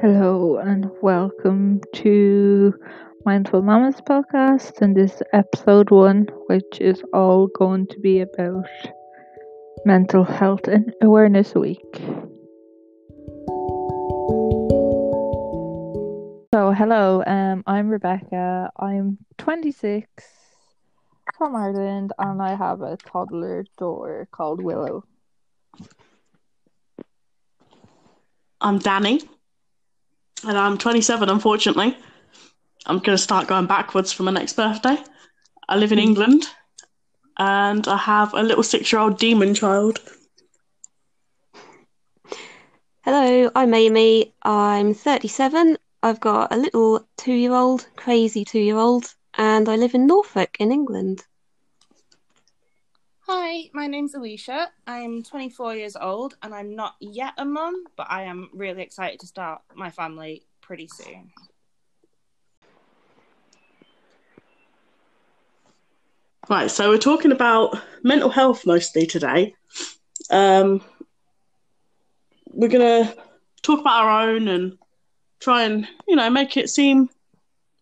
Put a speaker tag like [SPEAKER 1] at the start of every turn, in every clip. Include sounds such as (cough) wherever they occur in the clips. [SPEAKER 1] Hello and welcome to Mindful Mamas podcast and this is episode one, which is all going to be about Mental Health and Awareness Week. So, hello, um, I'm Rebecca. I'm 26 from Ireland and I have a toddler daughter called Willow.
[SPEAKER 2] I'm Danny, and I'm 27, unfortunately. I'm going to start going backwards for my next birthday. I live in England, and I have a little six year old demon child.
[SPEAKER 3] Hello, I'm Amy. I'm 37. I've got a little two year old, crazy two year old, and I live in Norfolk in England.
[SPEAKER 4] Hi, my name's Alicia. I'm 24 years old and I'm not yet a mum, but I am really excited to start my family pretty soon.
[SPEAKER 2] Right, so we're talking about mental health mostly today. Um, we're going to talk about our own and try and, you know, make it seem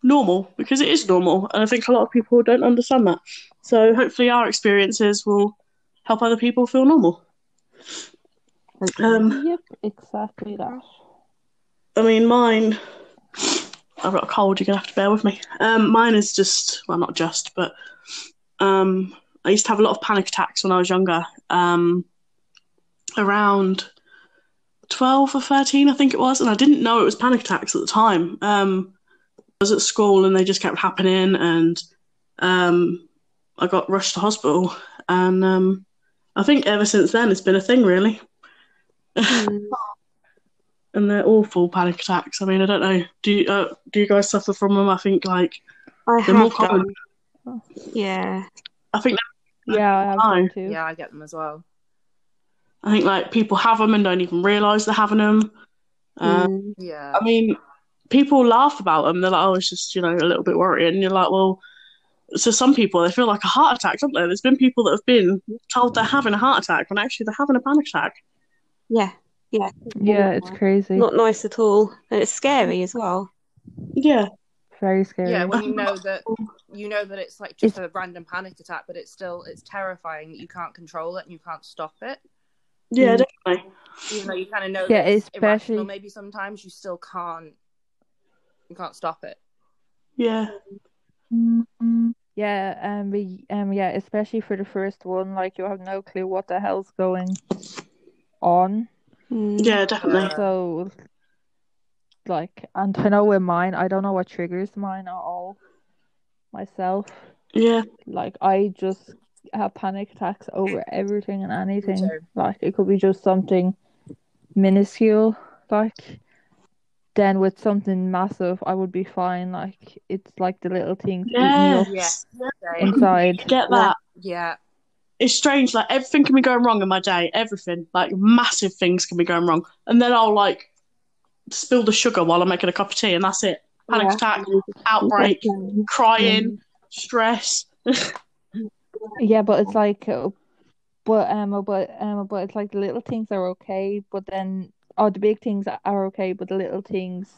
[SPEAKER 2] normal because it is normal. And I think a lot of people don't understand that. So hopefully our experiences will help other people feel normal. Um,
[SPEAKER 1] Yep, exactly that.
[SPEAKER 2] I mean, mine. I've got a cold. You're gonna have to bear with me. Um, mine is just well, not just, but um, I used to have a lot of panic attacks when I was younger. Um, around twelve or thirteen, I think it was, and I didn't know it was panic attacks at the time. Um, I was at school and they just kept happening, and um, I got rushed to hospital, and um, I think ever since then it's been a thing, really. (laughs)
[SPEAKER 3] Hmm.
[SPEAKER 2] and they're awful panic attacks. I mean, I don't know. Do you uh, do you guys suffer from them? I think like
[SPEAKER 3] I
[SPEAKER 2] they're more
[SPEAKER 3] have
[SPEAKER 2] common.
[SPEAKER 3] done. Yeah.
[SPEAKER 2] I think
[SPEAKER 1] Yeah, I have one too.
[SPEAKER 4] Yeah, I get them as well.
[SPEAKER 2] I think like people have them and don't even realise they're having them. Uh,
[SPEAKER 3] Hmm.
[SPEAKER 4] Yeah.
[SPEAKER 2] I mean, people laugh about them. They're like, "Oh, it's just you know a little bit worrying." And you're like, "Well." So some people they feel like a heart attack, don't they? There's been people that have been told they're having a heart attack when actually they're having a panic attack.
[SPEAKER 3] Yeah.
[SPEAKER 1] Yeah, it's crazy.
[SPEAKER 3] Not nice at all. And it's scary as well.
[SPEAKER 2] Yeah,
[SPEAKER 1] Very scary.
[SPEAKER 4] yeah, when you know that you know that it's like just a random panic attack, but it's still it's terrifying that you can't control it and you can't stop it.
[SPEAKER 2] yeah,
[SPEAKER 3] Mm.
[SPEAKER 2] definitely.
[SPEAKER 4] Even though you kind of know
[SPEAKER 1] (laughs) Yeah,
[SPEAKER 4] that it's
[SPEAKER 1] especially-
[SPEAKER 4] irrational, maybe sometimes you still can't you can't stop it.
[SPEAKER 2] Yeah,
[SPEAKER 1] mm Yeah, um, but y- um, yeah, especially for the first one, like you have no clue what the hell's going on.
[SPEAKER 3] Hmm.
[SPEAKER 2] yeah, definitely.
[SPEAKER 4] Yeah.
[SPEAKER 1] So, like, and I know with mine, I don't know what triggers mine at all myself.
[SPEAKER 2] Yeah,
[SPEAKER 1] Like, I just have panic attacks over everything and anything.
[SPEAKER 4] too.
[SPEAKER 1] Like, it could be just something minuscule, like. Then with something massive, I would be fine. Like it's like the little things eating
[SPEAKER 2] yeah.
[SPEAKER 1] me
[SPEAKER 4] Yeah.
[SPEAKER 1] up
[SPEAKER 4] Yeah. (laughs)
[SPEAKER 1] inside.
[SPEAKER 2] Get that.
[SPEAKER 4] Yeah.
[SPEAKER 2] it's strange. Like everything can be going wrong in my day. Everything, like massive things can be going wrong, and then I'll like spill the sugar while I'm making a cup of tea, and that's it. Panic
[SPEAKER 3] Yeah. Mm,
[SPEAKER 2] attack, outbreak, crying, stress.
[SPEAKER 1] Yeah, but it's like, uh, but um, but um, but it's like the little things are okay, but then oh, the big things are okay, but the little things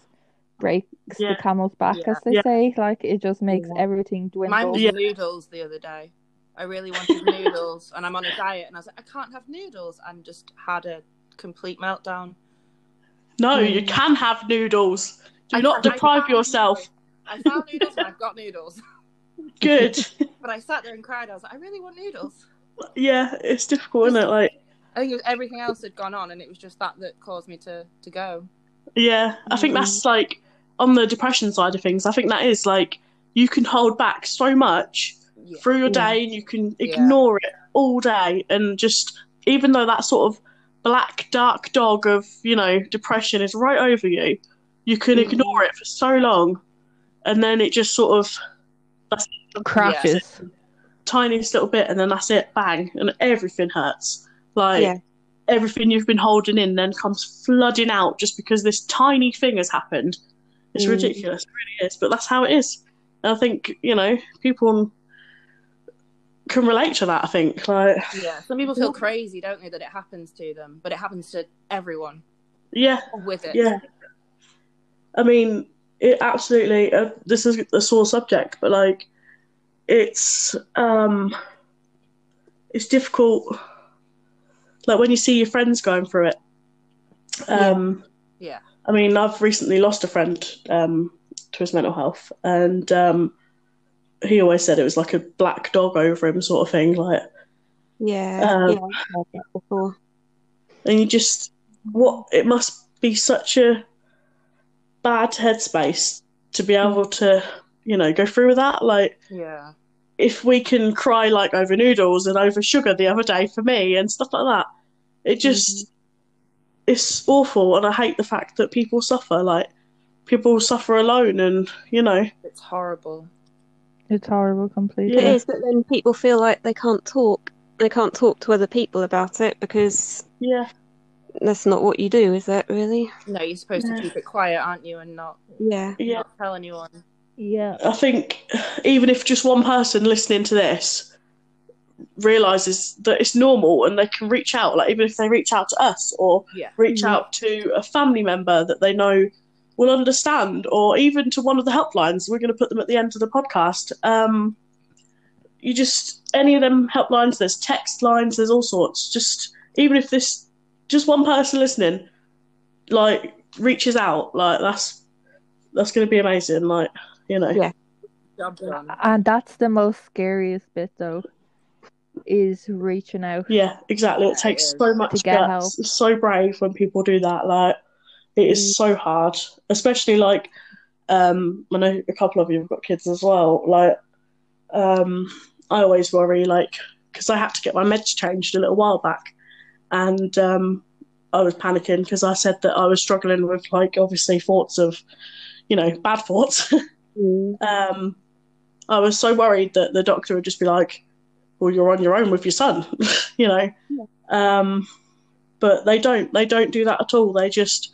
[SPEAKER 1] breaks
[SPEAKER 2] Yeah.
[SPEAKER 1] the camel's back,
[SPEAKER 4] Yeah.
[SPEAKER 1] as they
[SPEAKER 2] Yeah.
[SPEAKER 1] say. Like it just makes
[SPEAKER 3] Yeah.
[SPEAKER 1] everything
[SPEAKER 4] Mine
[SPEAKER 1] dwindle.
[SPEAKER 4] was
[SPEAKER 2] Yeah.
[SPEAKER 4] noodles the other day. I
[SPEAKER 2] (laughs)
[SPEAKER 4] really wanted noodles, and I'm on a diet, and I was like, I can't have noodles, and just had a complete meltdown.
[SPEAKER 2] No,
[SPEAKER 1] Mm.
[SPEAKER 2] you can have noodles. Do
[SPEAKER 4] I-
[SPEAKER 2] not
[SPEAKER 4] I- I
[SPEAKER 2] deprive
[SPEAKER 4] found
[SPEAKER 2] yourself.
[SPEAKER 4] I found noodles, and I've got noodles, (laughs)
[SPEAKER 2] Good.
[SPEAKER 4] but I sat there and cried. I was like, I really want noodles.
[SPEAKER 2] (laughs) yeah, it's difficult, isn't it? Like,
[SPEAKER 4] I think it was everything else had gone on, and it was just that that caused me to to go.
[SPEAKER 2] yeah, I think that's like on the depression side of things. I think that is like you can hold back so much
[SPEAKER 4] Yeah.
[SPEAKER 2] through your
[SPEAKER 3] Yeah.
[SPEAKER 2] day and you can
[SPEAKER 4] Yeah.
[SPEAKER 2] ignore it all day and just even though that sort of black dark dog of you know depression is right over you you can
[SPEAKER 3] Mm.
[SPEAKER 2] ignore it for so long and then it just sort of
[SPEAKER 1] Crashes.
[SPEAKER 2] tiniest little bit and then that's it bang and everything hurts like
[SPEAKER 3] Yeah.
[SPEAKER 2] everything you've been holding in then comes flooding out just because this tiny thing has happened it's
[SPEAKER 3] Mm.
[SPEAKER 2] ridiculous it really is but that's how it is and i think you know people can relate to that i think like
[SPEAKER 4] Yeah. Some people feel crazy, don't they, that it happens to them, but it happens to everyone
[SPEAKER 2] yeah
[SPEAKER 4] with it.
[SPEAKER 2] Yeah. I mean, it absolutely. Uh, this is a sore subject, but like, it's um, it's difficult. Like when you see your friends going through it. Um,
[SPEAKER 4] Yeah.
[SPEAKER 2] I mean, I've recently lost a friend um, to his mental health, and um, he always said it was like a black dog over him, sort of thing. Like,
[SPEAKER 3] Yeah,
[SPEAKER 2] Um,
[SPEAKER 3] yeah, I've heard that before.
[SPEAKER 2] and you just what it must be such a bad headspace to be able to you know go through with that like
[SPEAKER 4] Yeah.
[SPEAKER 2] if we can cry like over noodles and over sugar the other day for me and stuff like that it just it's awful and i hate the fact that people suffer like people suffer alone and you know
[SPEAKER 4] It's horrible.
[SPEAKER 1] It's horrible completely.
[SPEAKER 3] It
[SPEAKER 2] Yeah.
[SPEAKER 3] is, but then people feel like they can't talk. They can't talk to other people about it because
[SPEAKER 2] yeah
[SPEAKER 3] that's not what you do, is it really?
[SPEAKER 4] No, you're supposed
[SPEAKER 2] Yeah.
[SPEAKER 4] to keep it quiet, aren't you, and not
[SPEAKER 3] Yeah.
[SPEAKER 2] yeah
[SPEAKER 4] not tell anyone.
[SPEAKER 1] Yeah.
[SPEAKER 2] I think even if just one person listening to this realizes that it's normal and they can reach out, like even if they reach out to us or
[SPEAKER 4] Yeah.
[SPEAKER 2] reach
[SPEAKER 3] Yeah.
[SPEAKER 2] out to a family member that they know will understand, or even to one of the helplines, we're going to put them at the end of the podcast. Um, you just any of them helplines, there's text lines, there's all sorts. Just even if this just one person listening, like reaches out, like that's that's going to be amazing. Like you know,
[SPEAKER 3] Yeah.
[SPEAKER 4] Job done.
[SPEAKER 1] And that's the most scariest bit though, is reaching out.
[SPEAKER 2] Yeah, exactly. It
[SPEAKER 4] Yeah,
[SPEAKER 2] takes
[SPEAKER 4] it
[SPEAKER 2] so
[SPEAKER 4] is.
[SPEAKER 2] much
[SPEAKER 1] To get
[SPEAKER 2] guts.
[SPEAKER 1] help.
[SPEAKER 2] It's so brave when people do that. Like, it is so hard, especially like, um, I know a couple of you have got kids as well. Like, um, I always worry, like, because I had to get my meds changed a little while back, and um, I was panicking because I said that I was struggling with like obviously thoughts of, you know, bad thoughts.
[SPEAKER 3] Mm,
[SPEAKER 2] um, I was so worried that the doctor would just be like, "Well, you're on your own with your son," (laughs) you know. Um, but they don't. They don't do that at all. They just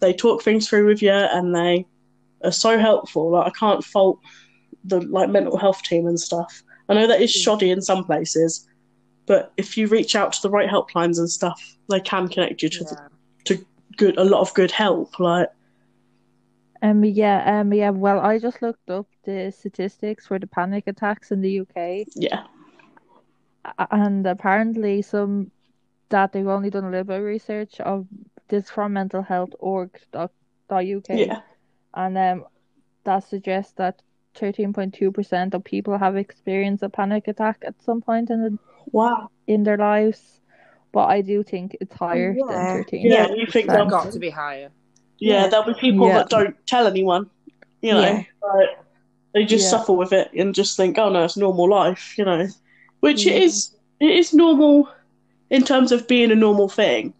[SPEAKER 2] they talk things through with you, and they are so helpful. Like I can't fault the like mental health team and stuff. I know that is shoddy in some places, but if you reach out to the right helplines and stuff, they can connect you to
[SPEAKER 4] Yeah.
[SPEAKER 2] good a lot of good help. Like
[SPEAKER 1] Um yeah, um yeah, well I just looked up the statistics for the panic attacks in the UK
[SPEAKER 2] yeah,
[SPEAKER 1] a- and apparently some that they've only done a little bit of research of this from mentalhealth.org.uk
[SPEAKER 2] yeah,
[SPEAKER 1] and um that suggests that 13.2% of people have experienced a panic attack at some point in the,
[SPEAKER 2] wow,
[SPEAKER 1] in their lives but I do think it's higher
[SPEAKER 3] Yeah.
[SPEAKER 1] than 13
[SPEAKER 2] yeah. you think
[SPEAKER 4] It's
[SPEAKER 1] Thanks.
[SPEAKER 2] they'll
[SPEAKER 4] got to be higher.
[SPEAKER 2] yeah,
[SPEAKER 3] Yeah.
[SPEAKER 2] there'll be people
[SPEAKER 1] Yeah.
[SPEAKER 2] that don't tell anyone, you know,
[SPEAKER 3] Yeah.
[SPEAKER 2] like, they just
[SPEAKER 1] Yeah.
[SPEAKER 2] suffer with it and just think, oh no, it's normal life, you know, which
[SPEAKER 1] Mm.
[SPEAKER 2] it is, it is normal in terms of being a normal thing,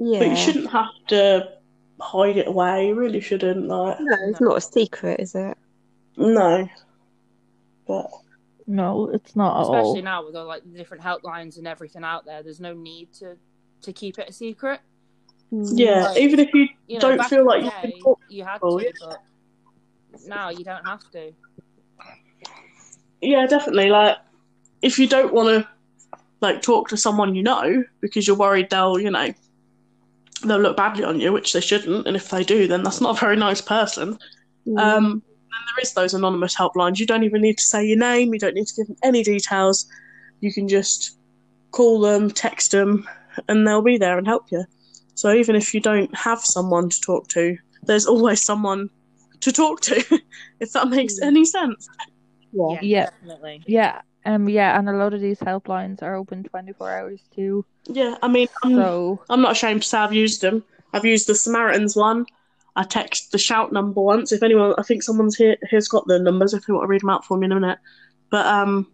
[SPEAKER 3] Yeah.
[SPEAKER 2] but you shouldn't have to hide it away, you really shouldn't, like,
[SPEAKER 3] No, it's not a secret, is it?
[SPEAKER 2] no, but
[SPEAKER 1] no it's not at all
[SPEAKER 4] Especially now with all like the different helplines and everything out there, there's no need to to keep it a secret.
[SPEAKER 3] Mm.
[SPEAKER 2] yeah,
[SPEAKER 4] Like,
[SPEAKER 2] even if you
[SPEAKER 4] You know,
[SPEAKER 2] Don't
[SPEAKER 4] back
[SPEAKER 2] feel
[SPEAKER 4] in the
[SPEAKER 2] like you can
[SPEAKER 4] day,
[SPEAKER 2] talk
[SPEAKER 4] you had
[SPEAKER 2] people,
[SPEAKER 4] to,
[SPEAKER 2] yeah.
[SPEAKER 4] but now you don't have to.
[SPEAKER 2] Yeah, definitely. Like, if you don't want to, like, talk to someone you know because you're worried they'll, you know, they'll look badly on you, which they shouldn't. And if they do, then that's not a very nice person.
[SPEAKER 3] Mm.
[SPEAKER 2] Um, and there is those anonymous helplines. You don't even need to say your name. You don't need to give them any details. You can just call them, text them, and they'll be there and help you. So even if you don't have someone to talk to, there's always someone to talk to, (laughs) if that makes
[SPEAKER 3] Mm.
[SPEAKER 2] any sense.
[SPEAKER 3] Yeah.
[SPEAKER 1] Yeah.
[SPEAKER 4] definitely.
[SPEAKER 1] yeah um yeah and a lot of these helplines are open 24 hours too
[SPEAKER 2] Yeah, I mean, I'm-
[SPEAKER 1] so
[SPEAKER 2] I'm not ashamed to say I've used them. I've used the Samaritans one. I text the shout number once. If anyone, I think someone's here here's got the numbers. If you want to read them out for me in a minute, but um,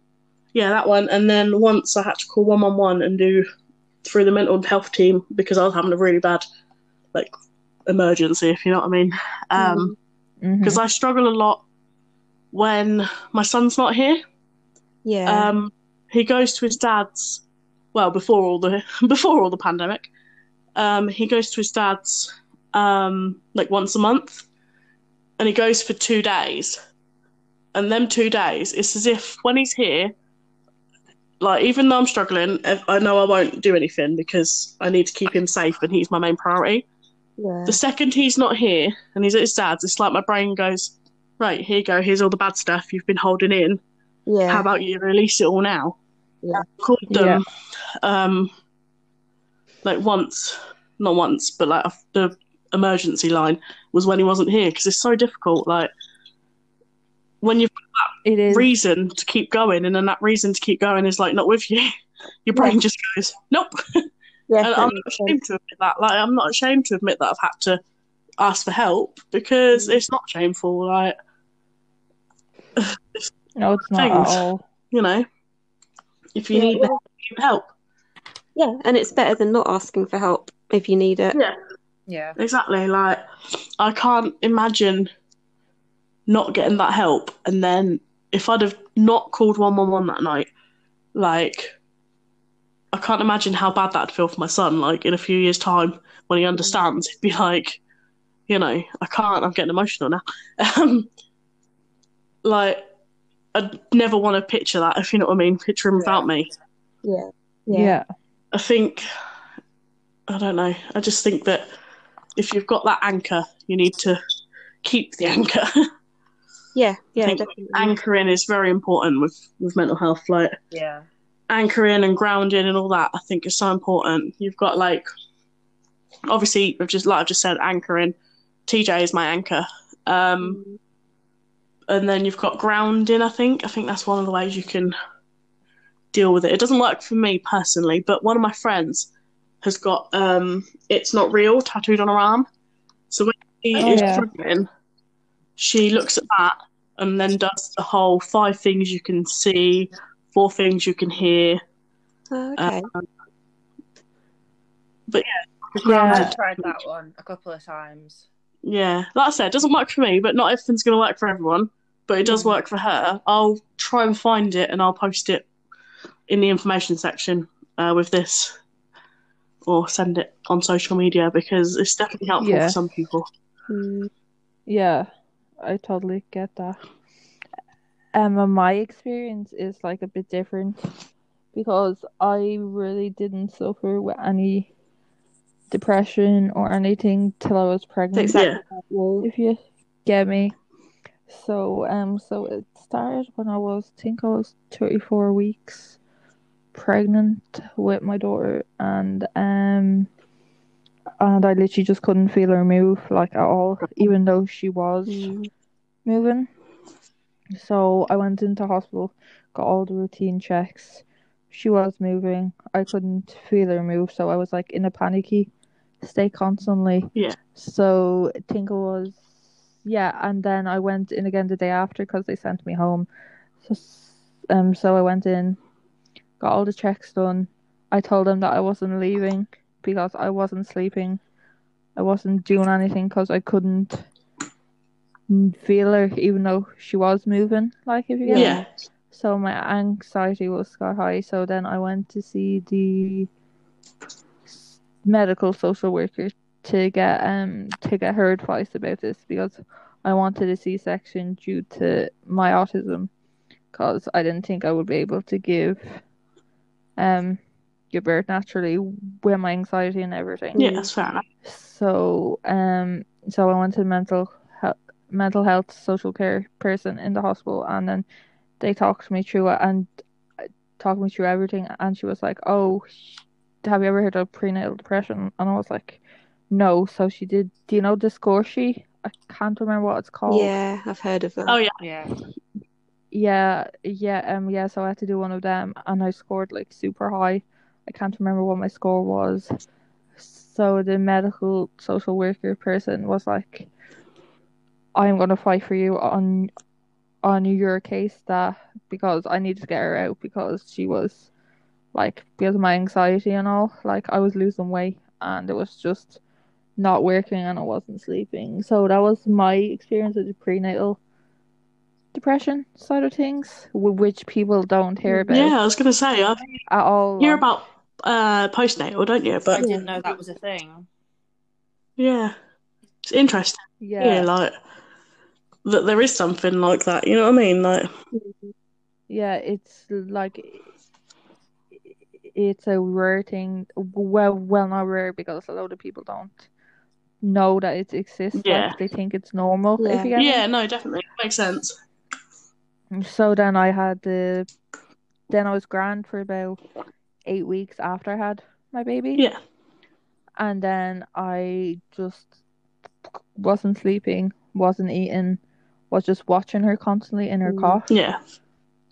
[SPEAKER 2] yeah, that one. And then once I had to call one one one and do through the mental health team because I was having a really bad like emergency, if you know what I mean.
[SPEAKER 3] Mm.
[SPEAKER 2] Um,
[SPEAKER 1] mhm.
[SPEAKER 2] because I struggle a lot when my son's not here.
[SPEAKER 3] Yeah.
[SPEAKER 2] Um, he goes to his dad's. Well, before all the (laughs) before all the pandemic, um, he goes to his dad's um, like once a month, and he goes for two days. And them two days, it's as if when he's here, like even though I'm struggling, if- I know I won't do anything because I need to keep him safe, and he's my main priority.
[SPEAKER 3] Yeah.
[SPEAKER 2] The second he's not here and he's at his dad's, it's like my brain goes, right, here you go, here's all the bad stuff you've been holding in.
[SPEAKER 3] yeah.
[SPEAKER 2] how about you release it all now?
[SPEAKER 3] Yeah.
[SPEAKER 2] I called them um like once, not once, but like the emergency line was when he wasn't here because it's so difficult. Like when you've
[SPEAKER 1] It
[SPEAKER 2] got
[SPEAKER 1] is.
[SPEAKER 2] reason to keep going, and then that reason to keep going is like not with you. (laughs) Your brain just goes nope.
[SPEAKER 3] yeah,
[SPEAKER 2] And
[SPEAKER 3] that
[SPEAKER 2] I'm not
[SPEAKER 3] makes
[SPEAKER 2] ashamed to admit that. Like I'm not ashamed to admit that I've had to ask for help because
[SPEAKER 3] Mm.
[SPEAKER 2] it's not shameful. Like
[SPEAKER 1] no, it's not
[SPEAKER 2] things.
[SPEAKER 1] at all.
[SPEAKER 2] you know, if you
[SPEAKER 3] Yeah,
[SPEAKER 2] need
[SPEAKER 3] yeah.
[SPEAKER 2] help,
[SPEAKER 3] Yeah, and it's better than not asking for help if you need it.
[SPEAKER 2] Yeah.
[SPEAKER 4] Yeah.
[SPEAKER 2] Exactly. Like, I can't imagine not getting that help. And then if I'd have not called 111 that night, like, I can't imagine how bad that'd feel for my son. Like, in a few years' time, when he understands, he'd be like, you know, I can't, I'm getting emotional now. (laughs) Um, like, I'd never want to picture that, if you know what I mean, picture him without me.
[SPEAKER 3] Yeah.
[SPEAKER 1] Yeah.
[SPEAKER 2] I think I don't know. I just think that if you've got that anchor, you need to keep the anchor. (laughs)
[SPEAKER 3] Yeah, yeah,
[SPEAKER 2] think
[SPEAKER 3] definitely. Mm.
[SPEAKER 2] Anchoring is very important with with mental health. Like
[SPEAKER 4] Yeah.
[SPEAKER 2] anchoring and grounding and all that, I think is so important. You've got like obviously I've just like I've just said anchoring. TJ is my anchor. Um, and then you've got grounding. I think I think that's one of the ways you can deal with it. It doesn't work for me personally, but one of my friends has got um, it's not real tattooed on her arm. So when she
[SPEAKER 1] Oh,
[SPEAKER 2] is
[SPEAKER 1] yeah.
[SPEAKER 2] struggling, she looks at that and then does the whole five things you can see, four things you can hear. Uh,
[SPEAKER 3] Oh, okay.
[SPEAKER 2] Grounded.
[SPEAKER 4] I've tried that one a couple of times.
[SPEAKER 2] Yeah, like I said, it doesn't work for me, but not everything's going to work for everyone. But it does work for her. I'll try and find it and I'll post it in the information section uh, with this or send it on social media because it's definitely helpful
[SPEAKER 1] Yeah.
[SPEAKER 2] for some people.
[SPEAKER 3] Mm,
[SPEAKER 1] Yeah, I totally get that. Um, and my experience is like a bit different because I really didn't suffer with any depression or anything till I was pregnant.
[SPEAKER 3] exactly. Yeah.
[SPEAKER 1] If you get me. So um, so it started when I was I think I was thirty four weeks pregnant with my daughter, and um, and I literally just couldn't feel her move like at all, even though she was
[SPEAKER 3] Mm,
[SPEAKER 1] moving. So I went into hospital, got all the routine checks. She was moving. I couldn't feel her move, so I was like in a panicky state constantly.
[SPEAKER 2] Yeah.
[SPEAKER 1] So I think it was yeah, and then I went in again the day after because they sent me home. So s- um, so I went in, got all the checks done. I told them that I wasn't leaving because I wasn't sleeping. I wasn't doing anything because I couldn't n- feel her, even though she was moving. Like if you
[SPEAKER 2] Yeah.
[SPEAKER 1] get me. So my anxiety was sky high. So then I went to see the s- medical social worker to get um to get her advice about this because I wanted a C-section due to my autism because I didn't think I would be able to give um give birth naturally with my anxiety and everything.
[SPEAKER 2] Yeah, that's fair enough.
[SPEAKER 1] So, um, so I went to the mental health, mental health social care person in the hospital, and then they talked me through it and uh, talked me through everything. And she was like, "Oh, sh- have you ever heard of prenatal depression?" And I was like, "No." So she did. Do you know Discorsi? I can't remember what it's called.
[SPEAKER 3] yeah, I've heard of that.
[SPEAKER 2] Oh, yeah.
[SPEAKER 4] Yeah.
[SPEAKER 1] Yeah, yeah, um, yeah, so I had to do one of them and I scored like super high. I can't remember what my score was. So the medical social worker person was like, I'm gonna fight for you on on your case that because I needed to get her out because she was like because of my anxiety and all, like I was losing weight and it was just not working and I wasn't sleeping. So that was my experience with the prenatal depression side of things, w- which people don't hear about
[SPEAKER 2] Yeah, I was going to say, I
[SPEAKER 1] at all.
[SPEAKER 2] hear
[SPEAKER 1] like-
[SPEAKER 2] about uh, postnatal, don't you?
[SPEAKER 4] I
[SPEAKER 2] But
[SPEAKER 4] didn't know that was a thing.
[SPEAKER 2] yeah, it's interesting.
[SPEAKER 1] yeah,
[SPEAKER 2] Yeah, like that there is something like that. You know what I mean? Like,
[SPEAKER 3] Mm.
[SPEAKER 1] yeah, it's like it's a rare thing. Well, well, not rare because a lot of people don't know that it exists.
[SPEAKER 2] Yeah.
[SPEAKER 1] Like they think it's normal.
[SPEAKER 3] Yeah.
[SPEAKER 1] If you get me.
[SPEAKER 2] Yeah, no, definitely makes sense.
[SPEAKER 1] So then I had the, then I was grand for about eight weeks after I had my baby.
[SPEAKER 2] Yeah,
[SPEAKER 1] And then I just wasn't sleeping, wasn't eating, was just watching her constantly in her
[SPEAKER 3] Mm.
[SPEAKER 1] cot.
[SPEAKER 2] yeah,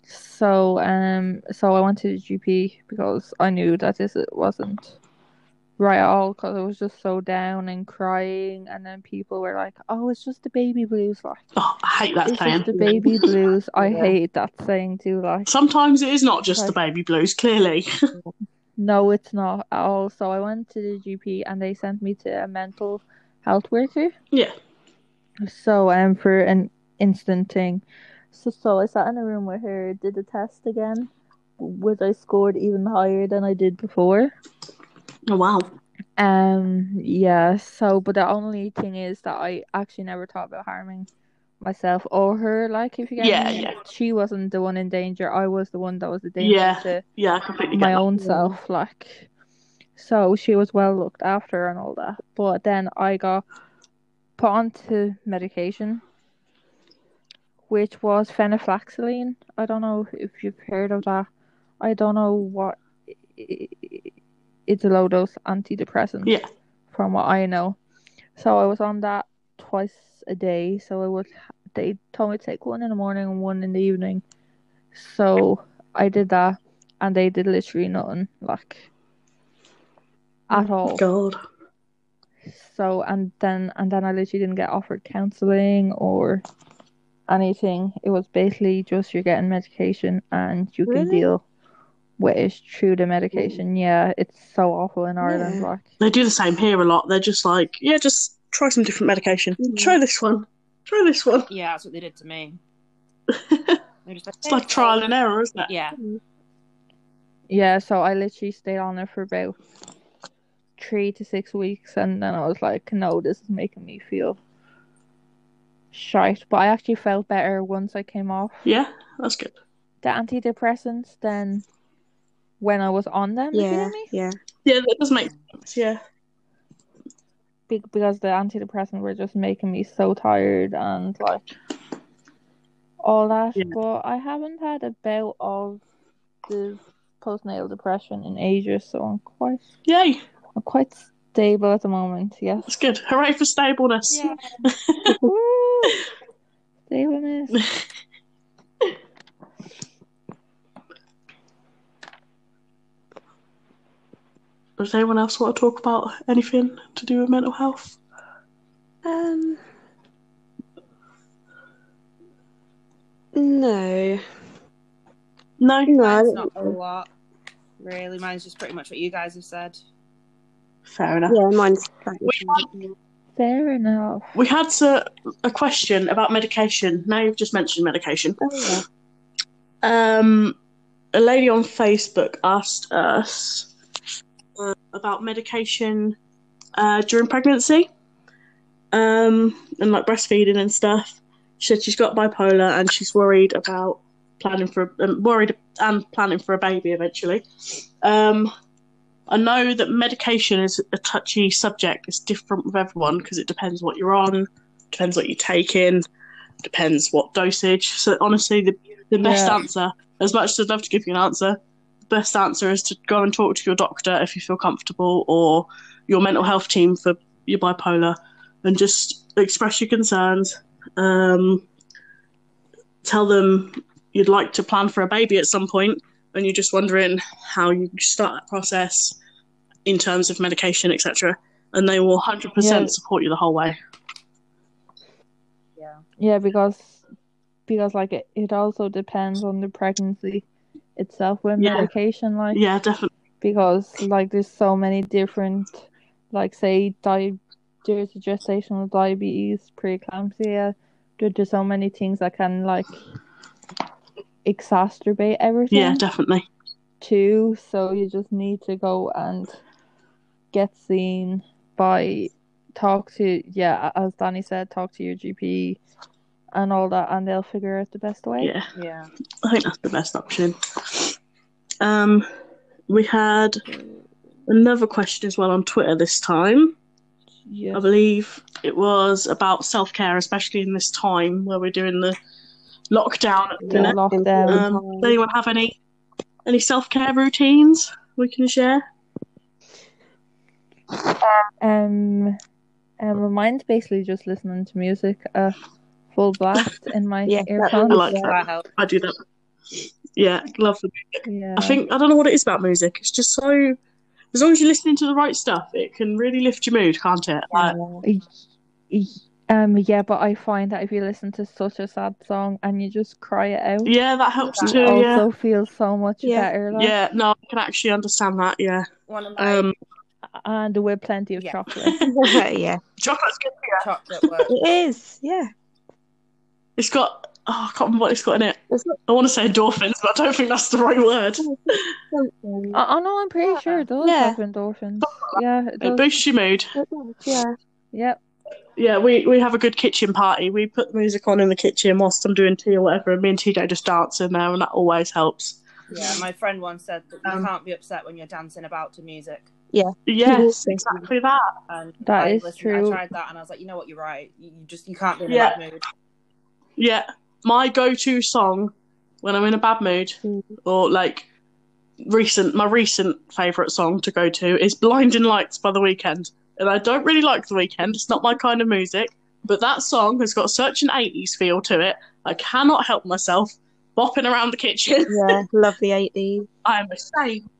[SPEAKER 1] So um, so I went to the GP because I knew that this wasn't right at all because I was just so down and crying, and then people were like, "Oh, it's just the baby blues," like
[SPEAKER 2] oh, I hate that
[SPEAKER 1] it's
[SPEAKER 2] saying.
[SPEAKER 1] just the baby blues. I
[SPEAKER 3] Yeah.
[SPEAKER 1] hate that saying too. Like,
[SPEAKER 2] Sometimes it is not just the baby blues, clearly.
[SPEAKER 1] no, it's not at all. So I went to the GP, and they sent me to a mental health worker.
[SPEAKER 2] Yeah.
[SPEAKER 1] So um, for an instant thing. So, so I sat in a room with her, did the test again, which I scored even higher than I did before.
[SPEAKER 2] Oh, wow.
[SPEAKER 1] Um, yeah, so but the only thing is that I actually never thought about harming myself or her, like if you get
[SPEAKER 2] Yeah,
[SPEAKER 1] me.
[SPEAKER 2] yeah.
[SPEAKER 1] She wasn't the one in danger, I was the one that was the danger
[SPEAKER 2] Yeah,
[SPEAKER 1] to
[SPEAKER 2] Yeah, I completely get
[SPEAKER 1] my
[SPEAKER 2] that.
[SPEAKER 1] own
[SPEAKER 3] Yeah.
[SPEAKER 1] self, like so she was well looked after and all that. But then I got put onto medication which was phenaflaxylline. I don't know if you've heard of that. I don't know what it's a low dose antidepressant
[SPEAKER 2] Yeah.
[SPEAKER 1] from what I know. So I was on that twice a day. So I would they told me to take one in the morning and one in the evening. So I did that, and they did literally nothing like at all.
[SPEAKER 2] God.
[SPEAKER 1] So and then and then I literally didn't get offered counseling or anything. It was basically just you're getting medication and you can
[SPEAKER 3] Really?
[SPEAKER 1] deal with it through the medication. Yeah, it's so awful in Ireland.
[SPEAKER 3] Yeah.
[SPEAKER 1] Like
[SPEAKER 2] They do the same here a lot. They're just like, yeah, just try some different medication.
[SPEAKER 3] Mhm.
[SPEAKER 2] Try this one. Try this one. (laughs)
[SPEAKER 4] Yeah, that's what they did to me. They're just
[SPEAKER 2] It's like trial and error, isn't it?
[SPEAKER 4] Yeah.
[SPEAKER 1] yeah, so I literally stayed on it for about three to six weeks, and then I was like, no, this is making me feel shite. But I actually felt better once I came off
[SPEAKER 2] Yeah, that's good.
[SPEAKER 1] the antidepressants than when I was on them. if you
[SPEAKER 3] Yeah,
[SPEAKER 1] know me.
[SPEAKER 3] yeah.
[SPEAKER 2] Yeah, that does make sense. Yeah.
[SPEAKER 1] Be- because the antidepressants were just making me so tired and like all that.
[SPEAKER 2] Yeah.
[SPEAKER 1] But I haven't had a bout of the postnatal depression in ages, so I'm quite
[SPEAKER 2] Yay.
[SPEAKER 1] I'm quite stable at the moment. Yes.
[SPEAKER 2] That's good. Hooray for stableness.
[SPEAKER 4] Yeah.
[SPEAKER 1] Woo! (laughs) Stableness.
[SPEAKER 2] Does anyone else want to talk about anything to do with mental health?
[SPEAKER 3] Um. No.
[SPEAKER 2] No.
[SPEAKER 3] No. I
[SPEAKER 4] Mine's
[SPEAKER 3] don't think
[SPEAKER 4] not a
[SPEAKER 3] so.
[SPEAKER 4] lot. Really, mine's just pretty much what you guys have said.
[SPEAKER 2] Fair enough.
[SPEAKER 3] Yeah, mine's.
[SPEAKER 1] Fair enough.
[SPEAKER 2] We had a, a question about medication. Now you've just mentioned medication.
[SPEAKER 3] Oh, yeah.
[SPEAKER 2] Um, a lady on Facebook asked us uh, about medication uh, during pregnancy um, and like breastfeeding and stuff. She said she's got bipolar and she's worried about planning for um, worried and planning for a baby eventually. Um, I know that medication is a touchy subject. It's different with everyone because it depends what you're on, depends what you're taking, depends what dosage. So honestly, the the best
[SPEAKER 1] Yeah.
[SPEAKER 2] answer, as much as I'd love to give you an answer, the best answer is to go and talk to your doctor if you feel comfortable or your mental health team for your bipolar and just express your concerns. Um, tell them you'd like to plan for a baby at some point and you're just wondering how you start that process in terms of medication, etc. And they will 100%
[SPEAKER 1] Yeah.
[SPEAKER 2] support you the whole way.
[SPEAKER 4] Yeah.
[SPEAKER 1] Yeah, because because like it, it also depends on the pregnancy itself with
[SPEAKER 2] Yeah.
[SPEAKER 1] medication like
[SPEAKER 2] Yeah, definitely.
[SPEAKER 1] because like there's so many different like say di- there's gestational diabetes preeclampsia there, there's so many things that can like exacerbate everything
[SPEAKER 2] Yeah, definitely.
[SPEAKER 1] too so you just need to go and get seen by talk to yeah a- as danny said talk to your gp and all that and they'll figure out the best way
[SPEAKER 2] Yeah.
[SPEAKER 4] Yeah.
[SPEAKER 2] I think that's the best option. Um, we had another question as well on Twitter this time.
[SPEAKER 1] Yeah.
[SPEAKER 2] I believe it was about self care, especially in this time where we're doing the lockdown at the
[SPEAKER 1] Yeah,
[SPEAKER 2] minute.
[SPEAKER 1] lockdown.
[SPEAKER 3] Um,
[SPEAKER 2] Um, does anyone have any any self care routines we can share?
[SPEAKER 1] Um, um, mine's basically just listening to music at full blast in
[SPEAKER 2] (laughs)
[SPEAKER 1] my
[SPEAKER 3] Yeah, that
[SPEAKER 1] earphones.
[SPEAKER 2] I like that.
[SPEAKER 4] That helps.
[SPEAKER 2] I do that. Yeah, love the
[SPEAKER 1] Yeah.
[SPEAKER 2] I think I don't know what it is about music. It's just so as long as you're listening to the right stuff, it can really lift your mood, can't it? Like,
[SPEAKER 1] Y- y- E, Um, yeah, but I find that if you listen to such a sad song and you just cry it out,
[SPEAKER 2] yeah, that helps
[SPEAKER 1] you
[SPEAKER 2] too. Yeah,
[SPEAKER 1] also feel so much
[SPEAKER 3] Yeah.
[SPEAKER 1] better. Like,
[SPEAKER 2] yeah. No, I can actually understand that. Yeah.
[SPEAKER 4] One of my
[SPEAKER 3] (laughs)
[SPEAKER 2] Um,
[SPEAKER 1] And with plenty of
[SPEAKER 2] (laughs)
[SPEAKER 4] Yeah.
[SPEAKER 1] chocolate.
[SPEAKER 3] yeah,
[SPEAKER 2] chocolate's good for you.
[SPEAKER 4] chocolate work.
[SPEAKER 3] it is. Yeah,
[SPEAKER 2] It's got oh, I can't remember what it's got in it.
[SPEAKER 3] It's got-
[SPEAKER 2] I want to say endorphins, but I don't think that's the right word.
[SPEAKER 3] something.
[SPEAKER 1] I, I know, I'm pretty
[SPEAKER 4] Yeah.
[SPEAKER 1] sure it does
[SPEAKER 3] Yeah.
[SPEAKER 1] have
[SPEAKER 2] (laughs)
[SPEAKER 1] endorphins. Yeah, it
[SPEAKER 2] It
[SPEAKER 3] Uh-huh.
[SPEAKER 1] does.
[SPEAKER 2] boosts your mood.
[SPEAKER 3] Yeah,
[SPEAKER 1] Yep.
[SPEAKER 2] Yeah, we, we have a good kitchen party. We put the music on in the kitchen whilst I'm doing tea or whatever, and me and Tito just dance in there, and that always helps.
[SPEAKER 4] Yeah,
[SPEAKER 1] (laughs)
[SPEAKER 4] my friend once said that you
[SPEAKER 2] Um,
[SPEAKER 4] can't be upset when you're dancing about to music.
[SPEAKER 2] Yes,
[SPEAKER 3] Yeah.
[SPEAKER 2] exactly that.
[SPEAKER 4] And
[SPEAKER 1] That
[SPEAKER 4] I
[SPEAKER 1] is true.
[SPEAKER 4] I tried that, and I was like, you know what, you're right. You you just you can't be in a
[SPEAKER 2] Yeah.
[SPEAKER 4] bad mood.
[SPEAKER 2] Yeah, my go-to song when I'm in a bad mood,
[SPEAKER 3] Mm.
[SPEAKER 2] or like recent, my recent favorite song to go to is "Blinding Lights" by The Weeknd. And I don't really like The Weeknd; it's not my kind of music. But that song has got such an '80s feel to it. I cannot help myself bopping around the kitchen. (laughs)
[SPEAKER 3] yeah, love the (laughs) eighties.
[SPEAKER 2] I am ashamed.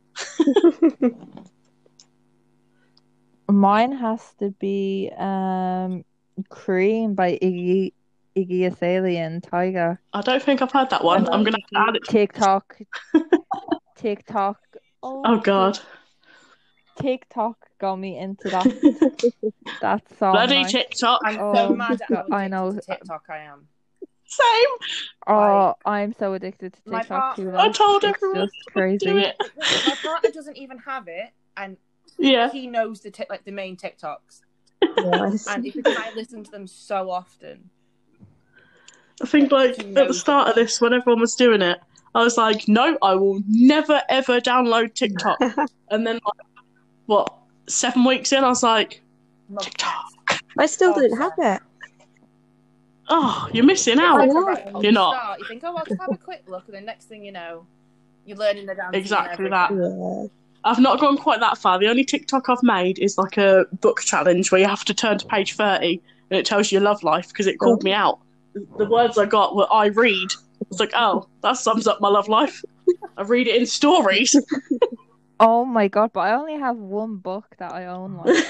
[SPEAKER 1] Mine has to be um Cream by Iggy Iggy Azalea and Tiger.
[SPEAKER 2] I don't think I've heard that one. I'm gonna have to add it.
[SPEAKER 1] TikTok
[SPEAKER 2] (laughs)
[SPEAKER 1] TikTok
[SPEAKER 2] Oh God,
[SPEAKER 1] TikTok got me into that that song.
[SPEAKER 2] bloody
[SPEAKER 1] like,
[SPEAKER 2] TikTok!
[SPEAKER 4] I'm
[SPEAKER 1] Oh,
[SPEAKER 4] so mad at how
[SPEAKER 1] I know.
[SPEAKER 4] addicted to TikTok I am.
[SPEAKER 2] Same.
[SPEAKER 1] Oh, I'm so addicted to
[SPEAKER 4] My
[SPEAKER 1] TikTok too.
[SPEAKER 4] partner-
[SPEAKER 2] I
[SPEAKER 1] like,
[SPEAKER 2] told
[SPEAKER 1] it's
[SPEAKER 2] everyone (laughs)
[SPEAKER 1] just crazy.
[SPEAKER 2] Do it.
[SPEAKER 4] Like, My partner doesn't even have it, and
[SPEAKER 2] (laughs) Yeah.
[SPEAKER 4] he knows the tic like the main TikToks,
[SPEAKER 3] (laughs) Yes.
[SPEAKER 1] (laughs)
[SPEAKER 4] and it's because I listen to them so often.
[SPEAKER 2] I think like
[SPEAKER 4] Who
[SPEAKER 2] at the
[SPEAKER 4] knows?
[SPEAKER 2] start of this, when everyone was doing it, I was like, no, I will never ever download (laughs) TikTok. and then like, what seven weeks in, I was like, TikTok.
[SPEAKER 3] I still don't have it.
[SPEAKER 2] Oh, you're missing out.
[SPEAKER 3] I-
[SPEAKER 4] Like,
[SPEAKER 3] know.
[SPEAKER 4] right from the
[SPEAKER 2] You're not.
[SPEAKER 4] start, You think, oh, I'll just have a quick look, and then next thing you know, you're learning the dance. and
[SPEAKER 2] Exactly
[SPEAKER 4] everything.
[SPEAKER 2] that.
[SPEAKER 3] Yeah.
[SPEAKER 2] I've not gone quite that far. The only TikTok I've made is like a book challenge where you have to turn to
[SPEAKER 4] Mm.
[SPEAKER 2] page thirty and it tells you your love life because it called me out. The words I got were I read. It's like, oh, that sums up my love
[SPEAKER 4] (laughs)
[SPEAKER 2] life. I read it in stories. (laughs)
[SPEAKER 1] Oh my god, but I only have one book that I own like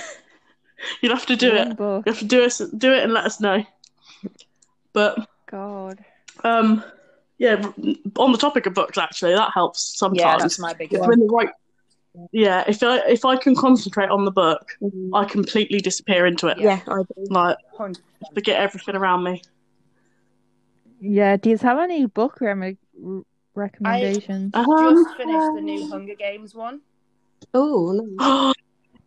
[SPEAKER 2] You'll have to (laughs) do
[SPEAKER 1] one
[SPEAKER 2] it.
[SPEAKER 1] book.
[SPEAKER 2] You have to do us do it and let us know. But
[SPEAKER 1] God.
[SPEAKER 2] um, yeah, on the topic of books, actually, that helps sometimes.
[SPEAKER 4] Yeah, that's my big
[SPEAKER 2] If
[SPEAKER 4] one.
[SPEAKER 2] I'm in the right- yeah, if I if I can concentrate on the book, I completely disappear into it.
[SPEAKER 3] Oh, Yeah, I do.
[SPEAKER 2] Like
[SPEAKER 4] 100%.
[SPEAKER 2] forget everything around me.
[SPEAKER 1] Yeah, do you have any book rem- r- recommendations?
[SPEAKER 2] Um,
[SPEAKER 4] Just finished the new Hunger Games one.
[SPEAKER 3] Oh, (laughs) no.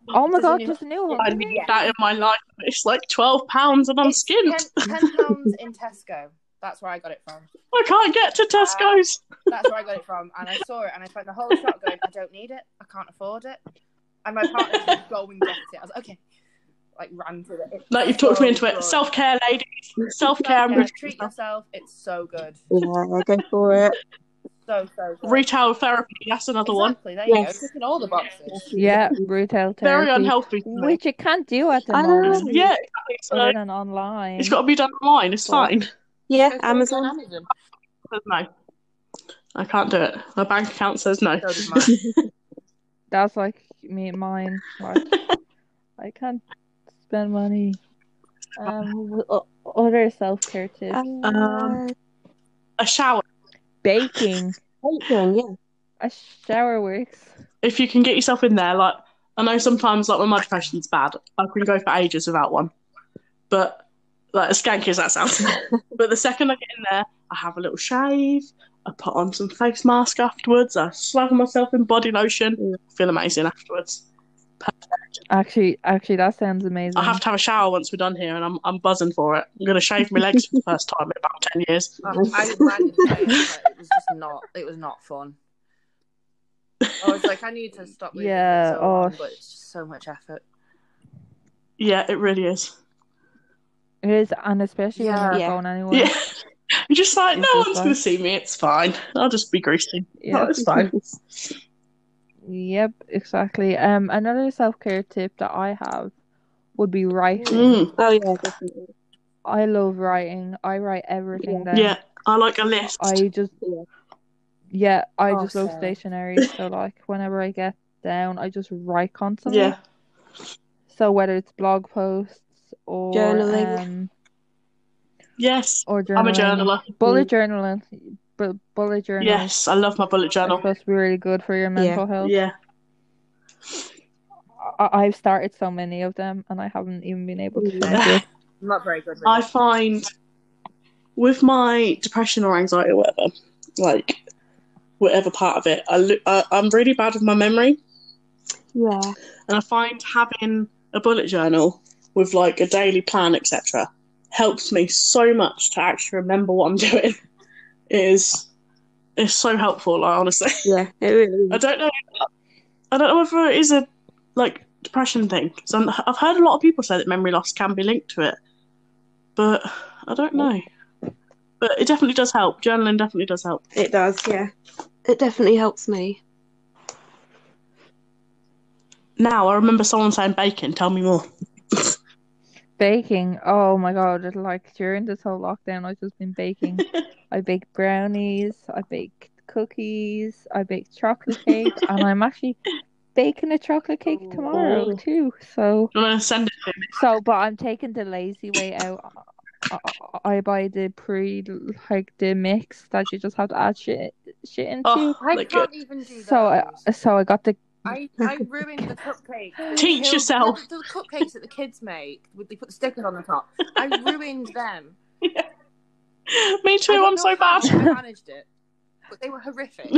[SPEAKER 1] oh my
[SPEAKER 4] there's a
[SPEAKER 1] god,
[SPEAKER 4] new-
[SPEAKER 1] there's a new
[SPEAKER 4] Yeah.
[SPEAKER 1] one.
[SPEAKER 2] (gasps) I
[SPEAKER 4] Hunger
[SPEAKER 2] need
[SPEAKER 4] Games.
[SPEAKER 2] that in my life. It's like twelve pounds and I'm
[SPEAKER 4] It's
[SPEAKER 2] skint.
[SPEAKER 4] Ten, ten pounds in Tesco. That's where I got it from.
[SPEAKER 2] I can't get to Tesco's.
[SPEAKER 4] That's where I got it from. And I saw it and I spent the whole shop going, I don't need it. I can't afford it. And my partner said, go and get it. I was like, okay. Like, ran through it. It's
[SPEAKER 2] Like you've talked
[SPEAKER 4] so
[SPEAKER 2] me into it.
[SPEAKER 4] good.
[SPEAKER 2] Self care, ladies. Self care.
[SPEAKER 4] Self-care,
[SPEAKER 2] I'm going
[SPEAKER 4] treat yourself. It's so good.
[SPEAKER 3] Yeah, go for it.
[SPEAKER 4] So, so
[SPEAKER 2] to
[SPEAKER 4] good.
[SPEAKER 2] retail therapy. That's another one.
[SPEAKER 4] Exactly. There you
[SPEAKER 3] Yes.
[SPEAKER 4] go. Ticking all the boxes.
[SPEAKER 1] Yeah, retail therapy.
[SPEAKER 2] Very unhealthy. for me.
[SPEAKER 1] Which you can't do at the
[SPEAKER 3] I know.
[SPEAKER 1] moment.
[SPEAKER 2] Yeah, exactly. So
[SPEAKER 1] Other than online.
[SPEAKER 2] it's got to be done online. It's
[SPEAKER 1] Cool.
[SPEAKER 2] fine.
[SPEAKER 3] Yeah,
[SPEAKER 4] Go to
[SPEAKER 3] Amazon.
[SPEAKER 4] Amazon.
[SPEAKER 2] But no, I can't do it. My bank account says no.
[SPEAKER 4] So does mine.
[SPEAKER 1] That's like me and mine.
[SPEAKER 2] (laughs)
[SPEAKER 1] Like I can't spend money. Um, w- o- other self care tips:
[SPEAKER 2] Um,
[SPEAKER 3] Uh,
[SPEAKER 2] (laughs) A shower.
[SPEAKER 1] baking.
[SPEAKER 3] Patreon, yeah.
[SPEAKER 1] A shower works.
[SPEAKER 2] If you can get yourself in there, like I know sometimes, like when my depression's bad, I can go for ages without one. But like as skanky as
[SPEAKER 1] (laughs)
[SPEAKER 2] that sounds, but the second I get in there, I have a little shave. I put on some face mask afterwards. I slather myself in body lotion. Feel amazing afterwards.
[SPEAKER 1] Actually, actually, that sounds amazing.
[SPEAKER 2] I have to have a shower once we're done here, and I'm I'm buzzing for it. I'm gonna shave my legs for the first time in about ten years.
[SPEAKER 4] I I ran into it. but It was just not. It was not fun. I was like, I need to stop. leaving
[SPEAKER 1] Yeah,
[SPEAKER 4] It so
[SPEAKER 1] oh,
[SPEAKER 4] long, but
[SPEAKER 1] sh-
[SPEAKER 4] it's just so much effort.
[SPEAKER 2] Yeah, it really is.
[SPEAKER 1] It is, and especially when you're
[SPEAKER 3] Yeah.
[SPEAKER 1] going anywhere.
[SPEAKER 2] Yeah. (laughs) You're just like,
[SPEAKER 1] It's
[SPEAKER 2] no
[SPEAKER 1] just
[SPEAKER 2] one's
[SPEAKER 1] like-
[SPEAKER 2] going to see me. It's fine. I'll just be greasy. (laughs)
[SPEAKER 1] Yeah.
[SPEAKER 2] Oh, it's fine.
[SPEAKER 1] Yep, exactly. Um, another self care tip that I have would be writing.
[SPEAKER 2] Mm.
[SPEAKER 3] (laughs) Oh yeah, definitely.
[SPEAKER 1] I love writing. I write everything
[SPEAKER 3] Yeah.
[SPEAKER 1] down.
[SPEAKER 2] Yeah, I like a list.
[SPEAKER 1] I just
[SPEAKER 3] Yeah.
[SPEAKER 1] yeah, I
[SPEAKER 4] Oh,
[SPEAKER 1] just love
[SPEAKER 2] (laughs)
[SPEAKER 4] Sarah.
[SPEAKER 1] stationery. So like whenever I get down, I just write constantly.
[SPEAKER 2] yeah,
[SPEAKER 1] So whether it's blog posts or
[SPEAKER 3] Journaling.
[SPEAKER 1] um,
[SPEAKER 2] yes.
[SPEAKER 1] or journaling,
[SPEAKER 2] I'm a journaler.
[SPEAKER 1] bullet journaling, bu- bullet journaling.
[SPEAKER 2] Yes, I love my bullet
[SPEAKER 1] It's
[SPEAKER 2] journal.
[SPEAKER 1] supposed to be really good for your mental health.
[SPEAKER 2] Yeah,
[SPEAKER 1] I- I've started so many of them and I haven't even been able to
[SPEAKER 2] Mm.
[SPEAKER 3] Yeah.
[SPEAKER 1] finish it.
[SPEAKER 4] I'm not very good with
[SPEAKER 2] (laughs) I
[SPEAKER 4] it.
[SPEAKER 2] find with my depression or anxiety or whatever, like whatever part of it, I lo- I, I'm really bad with my memory,
[SPEAKER 3] Yeah.
[SPEAKER 2] and I find having a bullet journal with like a daily plan, etc., helps me so much to actually remember what I'm (laughs) doing. It is, it's so helpful. Like, honestly.
[SPEAKER 3] Yeah. It really.
[SPEAKER 2] I don't know. I don't know whether it is a like depression thing. 'cause I'm- I've heard a lot of people say that memory loss can be linked to it, but I don't know. But it definitely does help. Journaling definitely does help.
[SPEAKER 3] It does. Yeah. It definitely helps me.
[SPEAKER 2] Now I remember someone saying bacon. Tell me
[SPEAKER 4] (laughs)
[SPEAKER 2] more.
[SPEAKER 1] Baking, oh my god, it- like during this whole lockdown, I've just been
[SPEAKER 2] (laughs)
[SPEAKER 1] baking. I baked brownies, I baked cookies, I baked chocolate cake, and I'm actually baking a chocolate cake tomorrow
[SPEAKER 2] Oh.
[SPEAKER 1] too. So,
[SPEAKER 2] Do you want to send it to me?
[SPEAKER 1] so, but I'm taking the lazy way out. I, I, I buy the pre, like the mix that you just have to add shit, shit into.
[SPEAKER 2] Oh,
[SPEAKER 4] I
[SPEAKER 2] look
[SPEAKER 4] can't
[SPEAKER 2] good.
[SPEAKER 4] even do
[SPEAKER 1] So
[SPEAKER 2] uh,
[SPEAKER 1] I,
[SPEAKER 4] that.
[SPEAKER 1] so I got the
[SPEAKER 4] I, I ruined
[SPEAKER 2] (laughs)
[SPEAKER 4] the cupcake.
[SPEAKER 2] Teach
[SPEAKER 4] Killed-
[SPEAKER 2] yourself.
[SPEAKER 4] The, the cupcakes that the kids make, with- they put the stickers on the top. I ruined
[SPEAKER 2] (laughs)
[SPEAKER 4] them.
[SPEAKER 2] me
[SPEAKER 4] I
[SPEAKER 2] too.
[SPEAKER 4] don't
[SPEAKER 2] I'm
[SPEAKER 4] know
[SPEAKER 2] so
[SPEAKER 4] how
[SPEAKER 2] bad.
[SPEAKER 4] I managed it, but they
[SPEAKER 2] (laughs)
[SPEAKER 4] were horrific.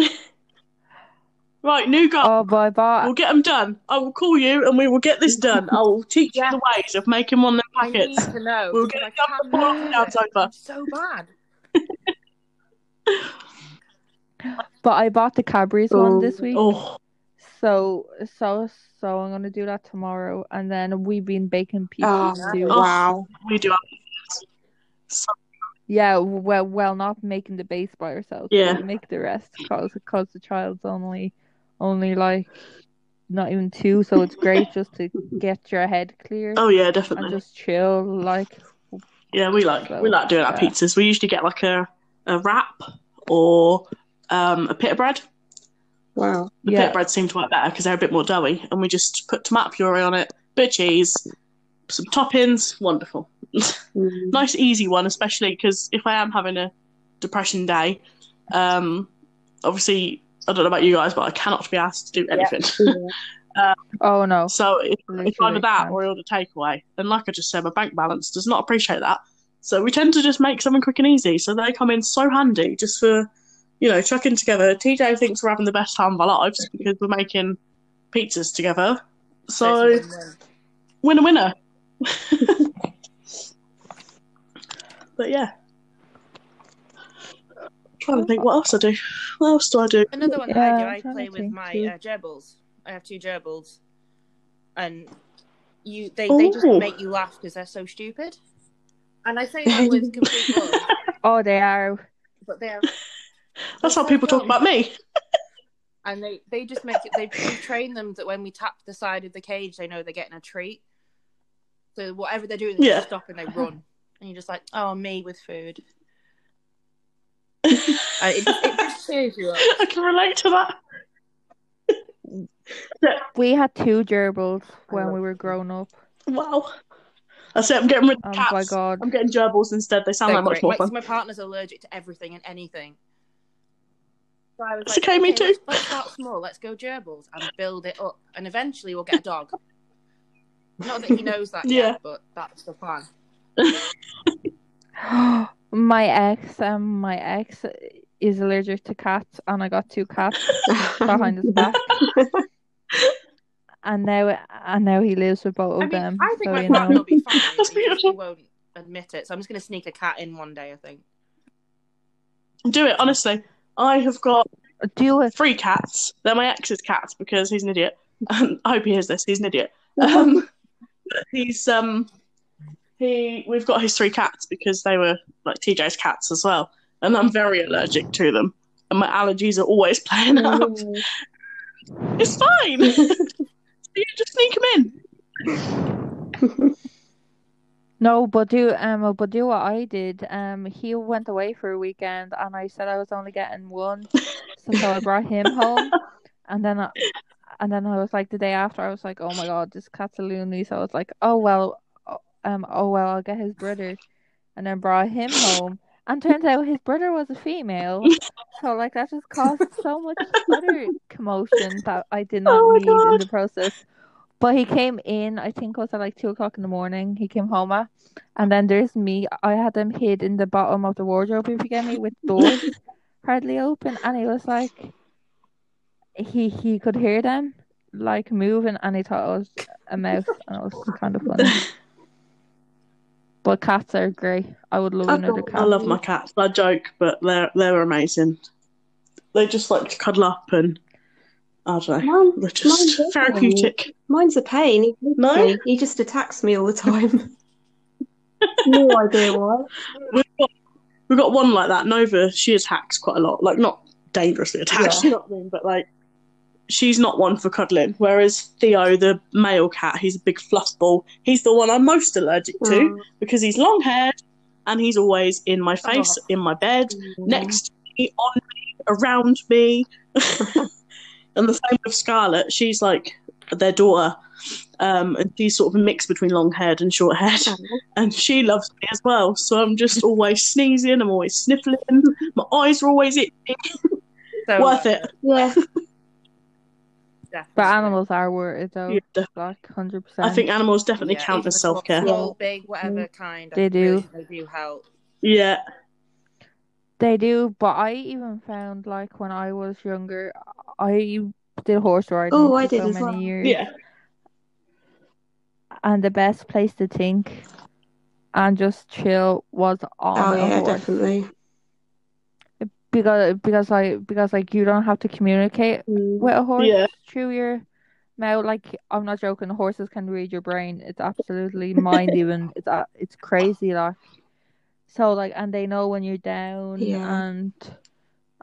[SPEAKER 2] Right, new goal.
[SPEAKER 1] oh, but I bought
[SPEAKER 2] We'll get them done. I will call you and we will get this done. I will teach
[SPEAKER 4] Yeah.
[SPEAKER 2] you the ways of making one of them
[SPEAKER 4] I need
[SPEAKER 2] packets.
[SPEAKER 4] to know.
[SPEAKER 2] We'll
[SPEAKER 4] because
[SPEAKER 2] get
[SPEAKER 4] I
[SPEAKER 2] it done before
[SPEAKER 4] cannot
[SPEAKER 2] lockdown's
[SPEAKER 4] do it.
[SPEAKER 2] over.
[SPEAKER 4] I'm so bad. (laughs)
[SPEAKER 1] But I bought the Cadbury's one
[SPEAKER 3] Oh.
[SPEAKER 1] this week.
[SPEAKER 2] Oh,
[SPEAKER 1] So so so I'm gonna do that tomorrow and then we've been baking pizzas too.
[SPEAKER 4] Oh.
[SPEAKER 3] wow.
[SPEAKER 2] we do.
[SPEAKER 1] Yeah, well well not making the base by ourselves. but
[SPEAKER 2] Yeah.
[SPEAKER 1] We make the rest cause, cause the child's only only like not even two, so it's great just to get your head clear
[SPEAKER 2] Oh yeah,
[SPEAKER 1] and
[SPEAKER 2] definitely.
[SPEAKER 1] just chill like
[SPEAKER 2] Yeah, we like
[SPEAKER 1] So,
[SPEAKER 2] we like doing our
[SPEAKER 1] yeah.
[SPEAKER 2] pizzas. We usually get like a, a wrap or um, a pita bread.
[SPEAKER 3] Wow.
[SPEAKER 2] The
[SPEAKER 1] yeah.
[SPEAKER 2] pita breads seem to work better because they're a bit more doughy, and we just put tomato puree on it, bit of cheese, some toppings. Wonderful,
[SPEAKER 3] Mm.
[SPEAKER 2] nice easy one, especially because if I am having a depression day, um, obviously I don't know about you guys, but I cannot be asked to do anything. (laughs)
[SPEAKER 3] Yeah.
[SPEAKER 1] Oh no.
[SPEAKER 2] So it, it's either
[SPEAKER 1] Literally
[SPEAKER 2] that
[SPEAKER 1] can't.
[SPEAKER 2] or I order takeaway. And like I just said, my bank balance does not appreciate that. So we tend to just make something quick and easy. So they come in so handy just for, you know, chucking together. TJ thinks we're having the best time of our lives because we're making pizzas together.
[SPEAKER 4] So
[SPEAKER 2] So
[SPEAKER 4] it's a win-win.
[SPEAKER 2] winner, winner. (laughs) but yeah. Trying to think what else I do. What else do I do?
[SPEAKER 4] Another one that
[SPEAKER 1] Yeah, I'm
[SPEAKER 4] I do, I
[SPEAKER 1] trying
[SPEAKER 4] play
[SPEAKER 1] to
[SPEAKER 4] with
[SPEAKER 1] think
[SPEAKER 4] my
[SPEAKER 1] too.
[SPEAKER 4] uh, gerbils. I have two gerbils, and you they, they just
[SPEAKER 2] Ooh.
[SPEAKER 4] make you laugh because they're so stupid. And I say that
[SPEAKER 2] (laughs)
[SPEAKER 4] with complete love,
[SPEAKER 1] Oh they are
[SPEAKER 4] but they're
[SPEAKER 2] That's how people talk about me.
[SPEAKER 4] And they they just make it. They we train them that when we tap the side of the cage, they know they're getting a treat. So whatever they're doing, they
[SPEAKER 2] Yeah.
[SPEAKER 4] just
[SPEAKER 2] (laughs)
[SPEAKER 4] stop and they run. And you're just like, oh me with food. Uh, it,
[SPEAKER 2] (laughs)
[SPEAKER 4] just- it just cheers you up.
[SPEAKER 2] I can relate to that.
[SPEAKER 1] we had two gerbils
[SPEAKER 4] I
[SPEAKER 1] when
[SPEAKER 4] love
[SPEAKER 1] we were
[SPEAKER 4] them.
[SPEAKER 1] grown up.
[SPEAKER 2] Wow. I say I'm getting rid
[SPEAKER 1] Oh
[SPEAKER 2] of cats.
[SPEAKER 1] my god.
[SPEAKER 2] I'm getting gerbils instead. They sound
[SPEAKER 4] They're
[SPEAKER 2] like much
[SPEAKER 4] great.
[SPEAKER 2] more
[SPEAKER 4] my,
[SPEAKER 2] fun.
[SPEAKER 4] my partner's allergic to everything and anything. So I was
[SPEAKER 2] It's okay, me too.
[SPEAKER 4] Let's, let's start small. Let's go gerbils and build it up, and eventually we'll get a dog. Not that he knows
[SPEAKER 2] (laughs)
[SPEAKER 4] that
[SPEAKER 2] Yeah.
[SPEAKER 4] yet, but that's the plan.
[SPEAKER 1] (gasps) my ex, um, my ex is allergic to cats, and I got two cats behind his
[SPEAKER 4] (laughs)
[SPEAKER 1] back, and now and now he lives with both
[SPEAKER 4] I
[SPEAKER 1] of
[SPEAKER 4] mean,
[SPEAKER 1] them.
[SPEAKER 4] I think
[SPEAKER 1] so
[SPEAKER 4] my
[SPEAKER 1] you
[SPEAKER 4] partner
[SPEAKER 1] know,
[SPEAKER 4] will be
[SPEAKER 2] (laughs)
[SPEAKER 4] fine.
[SPEAKER 2] That's
[SPEAKER 4] he just- he
[SPEAKER 2] beautiful.
[SPEAKER 4] won't admit it, so I'm just going to sneak a cat in one day. I think.
[SPEAKER 2] Do it, honestly. I have got
[SPEAKER 1] do it. (laughs)
[SPEAKER 2] three (laughs) cats. They're my ex's cats because he's an idiot. And I hope he hears this. He's an idiot. Um, he's um he we've got his three cats because they were like TJ's cats as well, and I'm very allergic to them, and my allergies are always playing (laughs) up. It's fine. (laughs) you just sneak them in.
[SPEAKER 1] No, but do um, but do what I did. Um, he went away for a weekend, and I said I was only getting one, so I brought him home, and then I, and then I was like the day after, I was like, oh my god, this cat's a loony. So I was like, oh well, oh, um, oh well, I'll get his brother, and then brought him home, and turns out his brother was a female, so like that just caused so much other commotion that I did not
[SPEAKER 2] Oh my
[SPEAKER 1] need in
[SPEAKER 2] God.
[SPEAKER 1] the process. But he came in, I think it was at like two o'clock in the morning. He came home at, and then there's me. I had him hid in the bottom of the wardrobe, if you get me, with doors hardly open. And he was like, he he could hear them like moving, and he thought it was a mouse, and it was kind of
[SPEAKER 3] (laughs)
[SPEAKER 1] funny. But cats are great. I would love
[SPEAKER 3] I've
[SPEAKER 1] another
[SPEAKER 3] got-
[SPEAKER 1] cat.
[SPEAKER 2] I love my cats. I joke, but they're they're amazing. They just like to cuddle up and I don't know.
[SPEAKER 3] Mine,
[SPEAKER 2] They're just
[SPEAKER 3] Mine doesn't.
[SPEAKER 2] therapeutic.
[SPEAKER 3] mine's a pain. He, hates
[SPEAKER 2] No?
[SPEAKER 3] me. he just attacks me all
[SPEAKER 2] (laughs)
[SPEAKER 3] the time. no idea why.
[SPEAKER 2] We've got, we've got one like that, Nova. She attacks quite a lot. Like not dangerously attacks,
[SPEAKER 3] Yeah.
[SPEAKER 2] you know what I mean? But like she's not one for cuddling. Whereas Theo, the male cat, he's a big fluff ball. He's the one I'm most allergic to
[SPEAKER 3] Mm. Um,
[SPEAKER 2] because he's long haired and he's always in my face, in my bed,
[SPEAKER 3] Mm-hmm.
[SPEAKER 2] next to me, on me, around me. and the same with Scarlett. She's like their daughter, um, and she's sort of a mix between long haired and short haired. And she loves me as well. So I'm just always sneezing. I'm always sniffling. My eyes are always itching.
[SPEAKER 4] So um,
[SPEAKER 2] Worth it.
[SPEAKER 3] Yeah.
[SPEAKER 4] definitely.
[SPEAKER 1] But animals are worth it though,
[SPEAKER 2] Yeah, def-
[SPEAKER 1] like hundred percent.
[SPEAKER 2] I think animals definitely
[SPEAKER 4] Yeah,
[SPEAKER 2] count
[SPEAKER 4] even
[SPEAKER 2] as
[SPEAKER 4] small-
[SPEAKER 2] self care.
[SPEAKER 4] Small, big, whatever kind. I
[SPEAKER 1] Mm. They
[SPEAKER 4] really
[SPEAKER 1] do.
[SPEAKER 4] think They do help.
[SPEAKER 2] Yeah.
[SPEAKER 1] They do, but I even found like when I was younger, I did horse riding
[SPEAKER 3] Oh,
[SPEAKER 1] for
[SPEAKER 3] I did
[SPEAKER 1] so
[SPEAKER 3] as
[SPEAKER 1] many
[SPEAKER 3] well.
[SPEAKER 1] years,
[SPEAKER 2] Yeah.
[SPEAKER 1] and the best place to think and just chill was on
[SPEAKER 3] Oh
[SPEAKER 1] a
[SPEAKER 3] yeah,
[SPEAKER 1] horse
[SPEAKER 3] definitely.
[SPEAKER 1] because because like because like you don't have to communicate
[SPEAKER 3] Mm.
[SPEAKER 1] with a horse
[SPEAKER 2] Yeah.
[SPEAKER 1] through your mouth. Like I'm not joking, horses can read your brain. It's absolutely
[SPEAKER 2] (laughs)
[SPEAKER 1] mind even. It's a- it's crazy like. So like, and they know when you're down,
[SPEAKER 3] Yeah.
[SPEAKER 1] and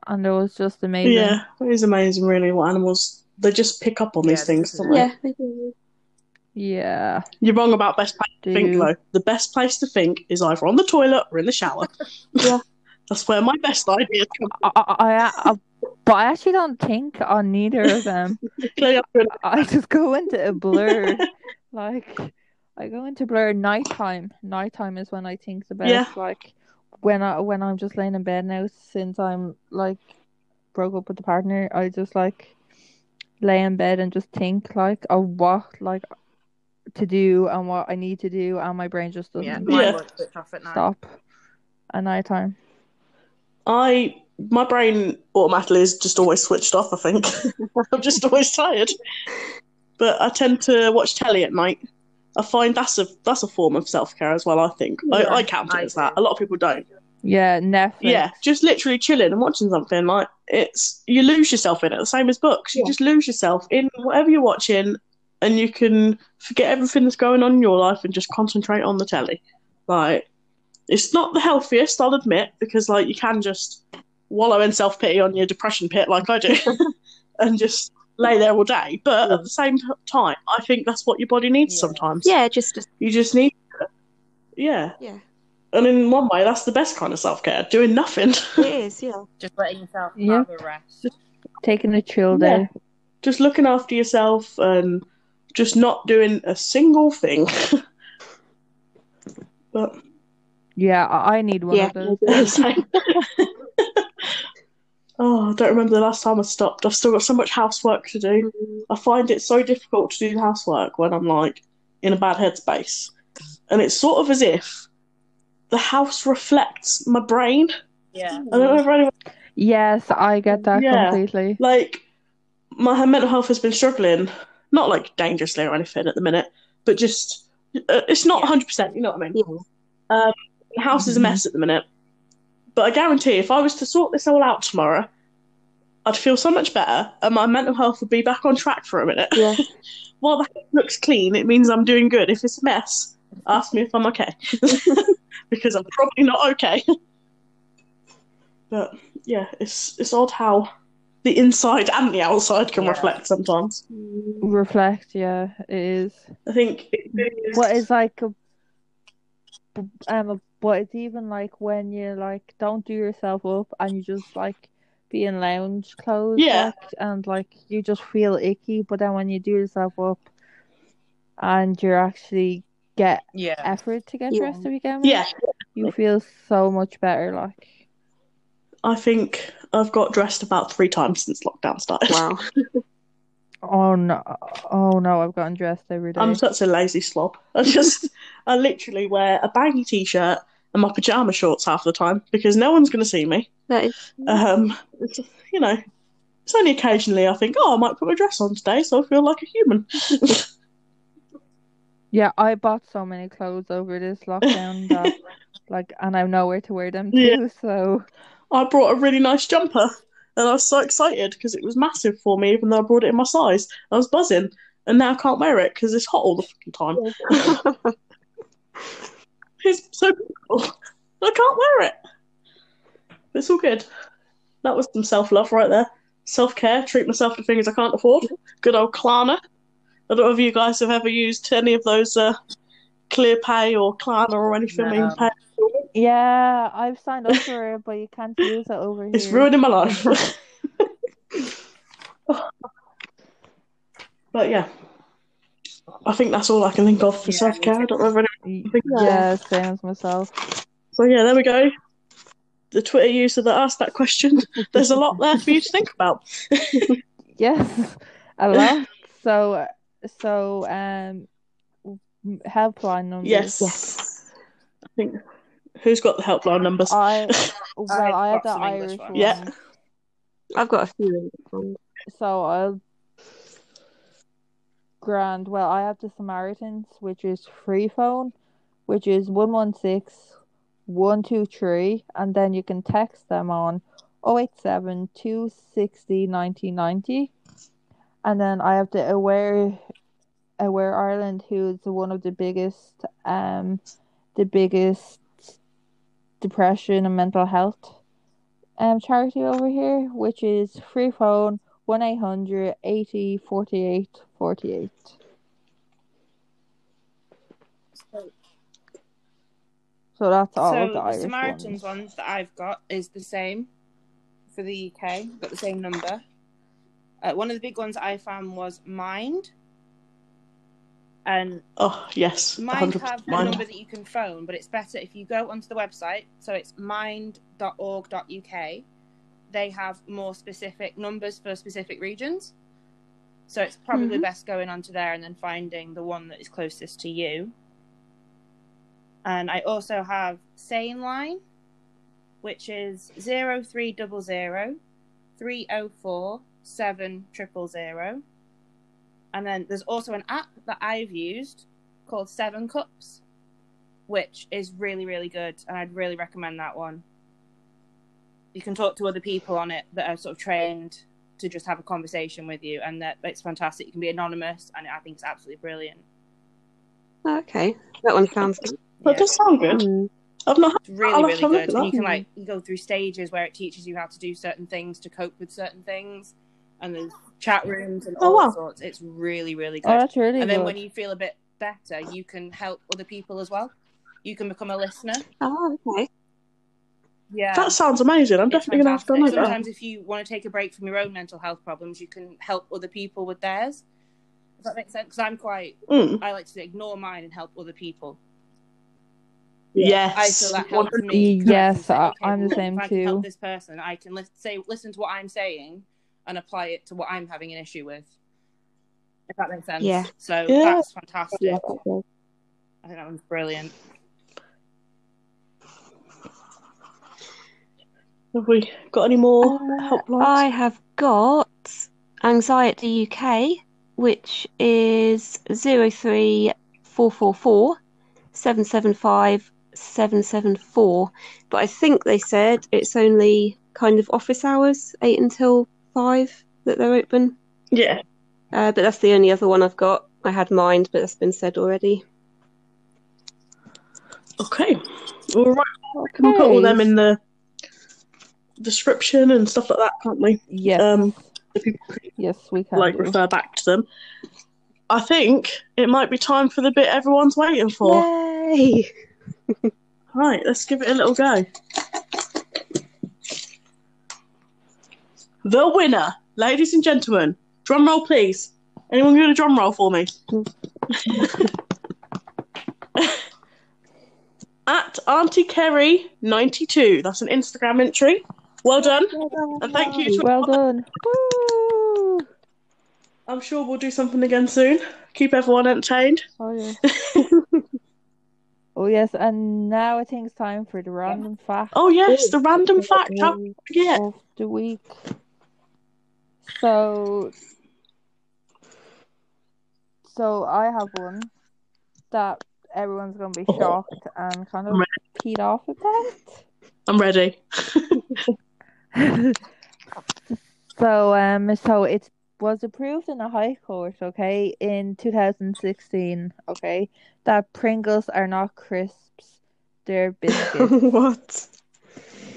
[SPEAKER 1] and it was just amazing.
[SPEAKER 2] Yeah. It is amazing, really, what animals. They just pick up on
[SPEAKER 4] Yeah,
[SPEAKER 2] these things,
[SPEAKER 4] definitely.
[SPEAKER 2] don't they?
[SPEAKER 3] Yeah. they do.
[SPEAKER 1] Yeah,
[SPEAKER 2] You're wrong about best place to think,
[SPEAKER 4] Mm.
[SPEAKER 1] do.
[SPEAKER 2] though. The best place to think is either on the toilet or in the
[SPEAKER 4] (laughs)
[SPEAKER 2] shower.
[SPEAKER 3] Yeah.
[SPEAKER 2] That's where my best ideas come
[SPEAKER 1] I, I, I, but I actually don't think on neither of them.
[SPEAKER 2] Clearly, I'm doing
[SPEAKER 1] I just go into a
[SPEAKER 2] (laughs)
[SPEAKER 1] blur. like I go into blur nighttime. Nighttime is when I think the best.
[SPEAKER 2] Yeah.
[SPEAKER 1] Like when I when I'm just laying in bed now since I'm like broke up with the partner, I just like lay in bed and just think like of what like to do and what I need to do and my brain just doesn't
[SPEAKER 4] Yeah, mine
[SPEAKER 2] Yeah.
[SPEAKER 4] won't switch off at night.
[SPEAKER 1] stop at nighttime.
[SPEAKER 2] I my brain automatically is just always switched off. I think (laughs) I'm just always tired. But I tend to watch telly at night. I find that's a that's a form of self care as well. I think
[SPEAKER 4] Yeah,
[SPEAKER 2] I, I count it
[SPEAKER 4] I
[SPEAKER 2] as that. A
[SPEAKER 4] do.
[SPEAKER 2] lot of people don't.
[SPEAKER 1] Yeah, Netflix.
[SPEAKER 2] Yeah, just literally chilling and watching something. Like it's you lose yourself in it. The same as books, you
[SPEAKER 3] Yeah.
[SPEAKER 2] just lose yourself in whatever you're watching, and you can forget everything that's going on in your life and just concentrate on the telly. Like it's not the healthiest, I'll admit, because like you can just wallow in self pity on your depression pit, like I do, and just lay there all day. But at the same t- time, I think that's what your body needs
[SPEAKER 4] Yeah.
[SPEAKER 2] sometimes.
[SPEAKER 3] Yeah, just just
[SPEAKER 2] you just need. Yeah,
[SPEAKER 3] yeah.
[SPEAKER 2] and in one way, that's the best kind of self care: doing nothing. (laughs)
[SPEAKER 3] It is, yeah.
[SPEAKER 4] Just letting yourself
[SPEAKER 1] Yeah.
[SPEAKER 4] have a rest.
[SPEAKER 1] Taking a chill
[SPEAKER 2] Yeah.
[SPEAKER 1] day.
[SPEAKER 2] just looking after yourself and just not doing a single thing. (laughs) but
[SPEAKER 1] Yeah, I, I need one
[SPEAKER 3] Yeah.
[SPEAKER 1] of those.
[SPEAKER 2] (laughs) same. oh, I don't remember the last time I stopped. I've still got so much housework to do.
[SPEAKER 3] Mm.
[SPEAKER 2] I find it so difficult to do the housework when I'm like in a bad headspace, and it's sort of as if the house reflects my brain.
[SPEAKER 4] Yeah.
[SPEAKER 2] I don't know if anyone
[SPEAKER 1] Yes, I get that
[SPEAKER 2] Yeah.
[SPEAKER 1] completely.
[SPEAKER 2] like my mental health has been struggling, not like dangerously or anything at the minute, but just uh, it's not
[SPEAKER 4] Yeah.
[SPEAKER 2] hundred percent. You know what I mean?
[SPEAKER 3] (laughs) Yeah.
[SPEAKER 2] Um, the house is a
[SPEAKER 1] Mhm.
[SPEAKER 2] mess at the minute, but I guarantee if I was to sort this all out tomorrow, I'd feel so much better, and my mental health would be back on track for a minute.
[SPEAKER 3] Yeah.
[SPEAKER 2] (laughs) while the house looks clean, it means I'm doing good. If it's a mess, ask me if I'm okay, (laughs) because I'm probably not okay. (laughs) but yeah, it's it's odd how the inside and the outside can
[SPEAKER 4] Yeah.
[SPEAKER 2] reflect sometimes.
[SPEAKER 1] Reflect, yeah, it is.
[SPEAKER 2] I think it really is,
[SPEAKER 1] What is like a b- um, a- but it's even like when you like don't do yourself up and you just like be in lounge clothes,
[SPEAKER 2] Yeah.
[SPEAKER 1] like, and like you just feel icky. But then when you do yourself up, and you're actually get
[SPEAKER 4] Yeah.
[SPEAKER 1] effort to get
[SPEAKER 3] Yeah.
[SPEAKER 1] dressed to begin with,
[SPEAKER 2] yeah.
[SPEAKER 1] you feel so much better. Like,
[SPEAKER 2] I think I've got dressed about three times since lockdown started.
[SPEAKER 3] Wow.
[SPEAKER 1] oh no, oh no, I've gotten dressed every day.
[SPEAKER 2] I'm such a lazy slob. I just, I literally wear a baggy t-shirt and my pajama shorts half the time because no one's going to see me.
[SPEAKER 3] That is (laughs)
[SPEAKER 2] Um, it's- you know, it's only occasionally I think, oh, I might put my dress on today, so I feel like a human.
[SPEAKER 1] Yeah, I bought so many clothes over this lockdown that, like, and I'm nowhere to wear them to. (laughs)
[SPEAKER 2] Yeah.
[SPEAKER 1] So
[SPEAKER 2] I brought a really nice jumper, and I was so excited because it was massive for me, even though I brought it in my size. I was buzzing, and now I can't wear it because it's hot all the fucking time. It's so beautiful. I can't wear it. It's all good. That was some self love right there. Self care, treat myself to things I can't afford. Good old Klarna. I don't know if you guys have ever used any of those uh, ClearPay or Klarna or anything. where you
[SPEAKER 4] No.
[SPEAKER 2] pay.
[SPEAKER 1] yeah, I've signed up for it, but you can't use it over
[SPEAKER 2] It's
[SPEAKER 1] here.
[SPEAKER 2] ruining my life. (laughs) but yeah, I think that's all I can think of for
[SPEAKER 4] Yeah,
[SPEAKER 2] self care. I don't know if any-
[SPEAKER 1] Y-
[SPEAKER 2] think-
[SPEAKER 1] Yeah, same as myself.
[SPEAKER 2] So yeah, there we go. The Twitter user that asked that
[SPEAKER 4] (laughs)
[SPEAKER 2] question. There's a lot there for you to think about.
[SPEAKER 1] Yes, (laughs) a lot. So, so um, helpline numbers.
[SPEAKER 2] Yes.
[SPEAKER 3] yes.
[SPEAKER 2] I think who's got the helpline numbers?
[SPEAKER 4] Uh,
[SPEAKER 1] I well,
[SPEAKER 4] I've
[SPEAKER 1] I had the
[SPEAKER 4] got some English
[SPEAKER 1] Irish
[SPEAKER 4] ones.
[SPEAKER 1] one.
[SPEAKER 2] Yeah.
[SPEAKER 3] I've got a few. in
[SPEAKER 1] So I'll grand. Well, I have the Samaritans, which is free phone, which is 116 123, and then you can text them on 087 260 1990. And then I have the Aware Aware Ireland, who's one of the biggest, um, the biggest depression and mental health um charity over here, which is free phone one 800 80 48 48. So that's all of
[SPEAKER 4] So
[SPEAKER 1] the
[SPEAKER 4] the
[SPEAKER 1] Irish ones.
[SPEAKER 4] Samaritans ones that I've got is the same for the UK. Got the same number. Uh, one of the big ones I found was Mind, and
[SPEAKER 2] Oh yes,
[SPEAKER 4] Mind
[SPEAKER 2] 100%
[SPEAKER 4] have a
[SPEAKER 2] mine.
[SPEAKER 4] number that you can phone, but it's better if you go onto the website. So it's mind.org.uk. They have more specific numbers for specific regions. So it's probably
[SPEAKER 3] Mhm.
[SPEAKER 4] best going onto there and then finding the one that is closest to you. And I also have Sane Line, which is 0300 304 7000. And then there's also an app that I've used called Seven Cups, which is really, really good. And I'd really recommend that one. You can talk to other people on it that are sort of trained to just have a conversation with you, and that it's fantastic. You can be anonymous, and I think it's absolutely brilliant.
[SPEAKER 3] Oh, Okay. That one
[SPEAKER 2] (laughs)
[SPEAKER 3] sounds good.
[SPEAKER 2] That
[SPEAKER 4] Yeah.
[SPEAKER 2] does sound good.
[SPEAKER 3] Mm.
[SPEAKER 2] I've not.
[SPEAKER 4] It's really,
[SPEAKER 2] I'll
[SPEAKER 4] really
[SPEAKER 2] have to look
[SPEAKER 4] good.
[SPEAKER 2] at
[SPEAKER 4] And you
[SPEAKER 2] that.
[SPEAKER 4] can like you go through stages where it teaches you how to do certain things to cope with certain things, and there's chat rooms and
[SPEAKER 2] Oh,
[SPEAKER 4] all
[SPEAKER 2] wow.
[SPEAKER 4] sorts. It's really, really good.
[SPEAKER 1] Oh, that's really
[SPEAKER 4] and then
[SPEAKER 1] good.
[SPEAKER 4] when you feel a bit better, you can help other people as well. You can become a listener.
[SPEAKER 3] Oh, okay.
[SPEAKER 4] Yeah,
[SPEAKER 2] That sounds amazing. I'm
[SPEAKER 4] It's
[SPEAKER 2] definitely gonna have to
[SPEAKER 4] fantastic.
[SPEAKER 2] look at that.
[SPEAKER 4] Sometimes, if you want to take a break from your own mental health problems, you can help other people with theirs. Does that make sense? Because I'm quite,
[SPEAKER 2] Mm.
[SPEAKER 4] I like to ignore mine and help other people.
[SPEAKER 2] Yes.
[SPEAKER 4] I feel that helps me.
[SPEAKER 1] Y-
[SPEAKER 4] connect and
[SPEAKER 1] yes,
[SPEAKER 4] say,
[SPEAKER 1] I-
[SPEAKER 4] okay,
[SPEAKER 1] I'm the
[SPEAKER 4] well,
[SPEAKER 1] same
[SPEAKER 4] if I can
[SPEAKER 1] too.
[SPEAKER 4] help this person. I can lis- say, listen to what I'm saying and apply it to what I'm having an issue with. If that makes sense.
[SPEAKER 3] Yeah.
[SPEAKER 4] So
[SPEAKER 2] Yeah.
[SPEAKER 4] that's fantastic.
[SPEAKER 3] Yeah, that does.
[SPEAKER 4] I think that one's brilliant.
[SPEAKER 2] Have we got any more
[SPEAKER 3] Uh,
[SPEAKER 2] helplines?
[SPEAKER 3] I have got Anxiety UK, which is 03444 775 774. But I think they said it's only kind of office hours, 8 until 5 that they're open.
[SPEAKER 2] Yeah.
[SPEAKER 3] Uh, but that's the only other one I've got. I had mind, but that's been said already.
[SPEAKER 2] Okay. All right. Can we put all them in the description and stuff like that, can't we?
[SPEAKER 1] Yes,
[SPEAKER 2] Um, if people
[SPEAKER 1] yes, we can.
[SPEAKER 2] like
[SPEAKER 1] do.
[SPEAKER 2] refer back to them. I think it might be time for the bit everyone's waiting for.
[SPEAKER 3] (laughs) Yay!
[SPEAKER 2] Right, let's give it a little go. The winner, ladies and gentlemen, drum roll, please. Anyone doing a drum roll for me? At Auntie Kerry ninety two. That's an Instagram entry. Well done, and thank you. To
[SPEAKER 1] Well done. Woo!
[SPEAKER 2] I'm sure we'll do something again soon. Keep everyone entertained.
[SPEAKER 1] Oh yes.
[SPEAKER 2] (laughs)
[SPEAKER 1] oh yes, and now I think it's time for the random fact
[SPEAKER 2] Oh yes, the random fact. How could I forget?
[SPEAKER 1] of the week. So, so I have one that everyone's gonna be
[SPEAKER 2] Oh.
[SPEAKER 1] shocked and kind of
[SPEAKER 2] Right.
[SPEAKER 1] peed off about.
[SPEAKER 2] I'm (laughs) ready.
[SPEAKER 1] so um so it was approved in a high court okay in 2016 okay that pringles are not crisps they're biscuits
[SPEAKER 3] what?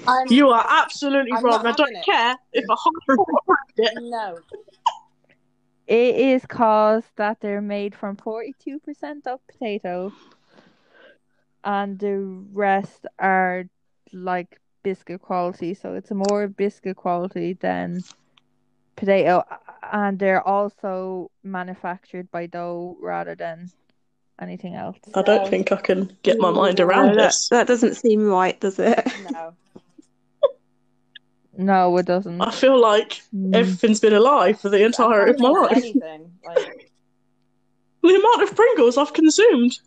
[SPEAKER 4] I'm,
[SPEAKER 2] You are absolutely
[SPEAKER 4] I'm
[SPEAKER 2] wrong.
[SPEAKER 4] not
[SPEAKER 2] I don't
[SPEAKER 4] having it.
[SPEAKER 2] care if a horrible it.
[SPEAKER 4] no.
[SPEAKER 1] it is cause that they're made from 42% of potato and the rest are like biscuit quality so it's more biscuit quality than potato and they're also manufactured by dough rather than anything else
[SPEAKER 2] (laughs) I don't think I can get my mind around
[SPEAKER 3] No, that,
[SPEAKER 2] this.
[SPEAKER 3] that doesn't seem right, does it?
[SPEAKER 4] No.
[SPEAKER 1] no it doesn't
[SPEAKER 2] I feel like
[SPEAKER 1] Mm.
[SPEAKER 2] everything's been a lie for the entire of my life.
[SPEAKER 4] Anything.
[SPEAKER 2] (laughs)
[SPEAKER 4] Like,
[SPEAKER 2] The amount of Pringles I've consumed,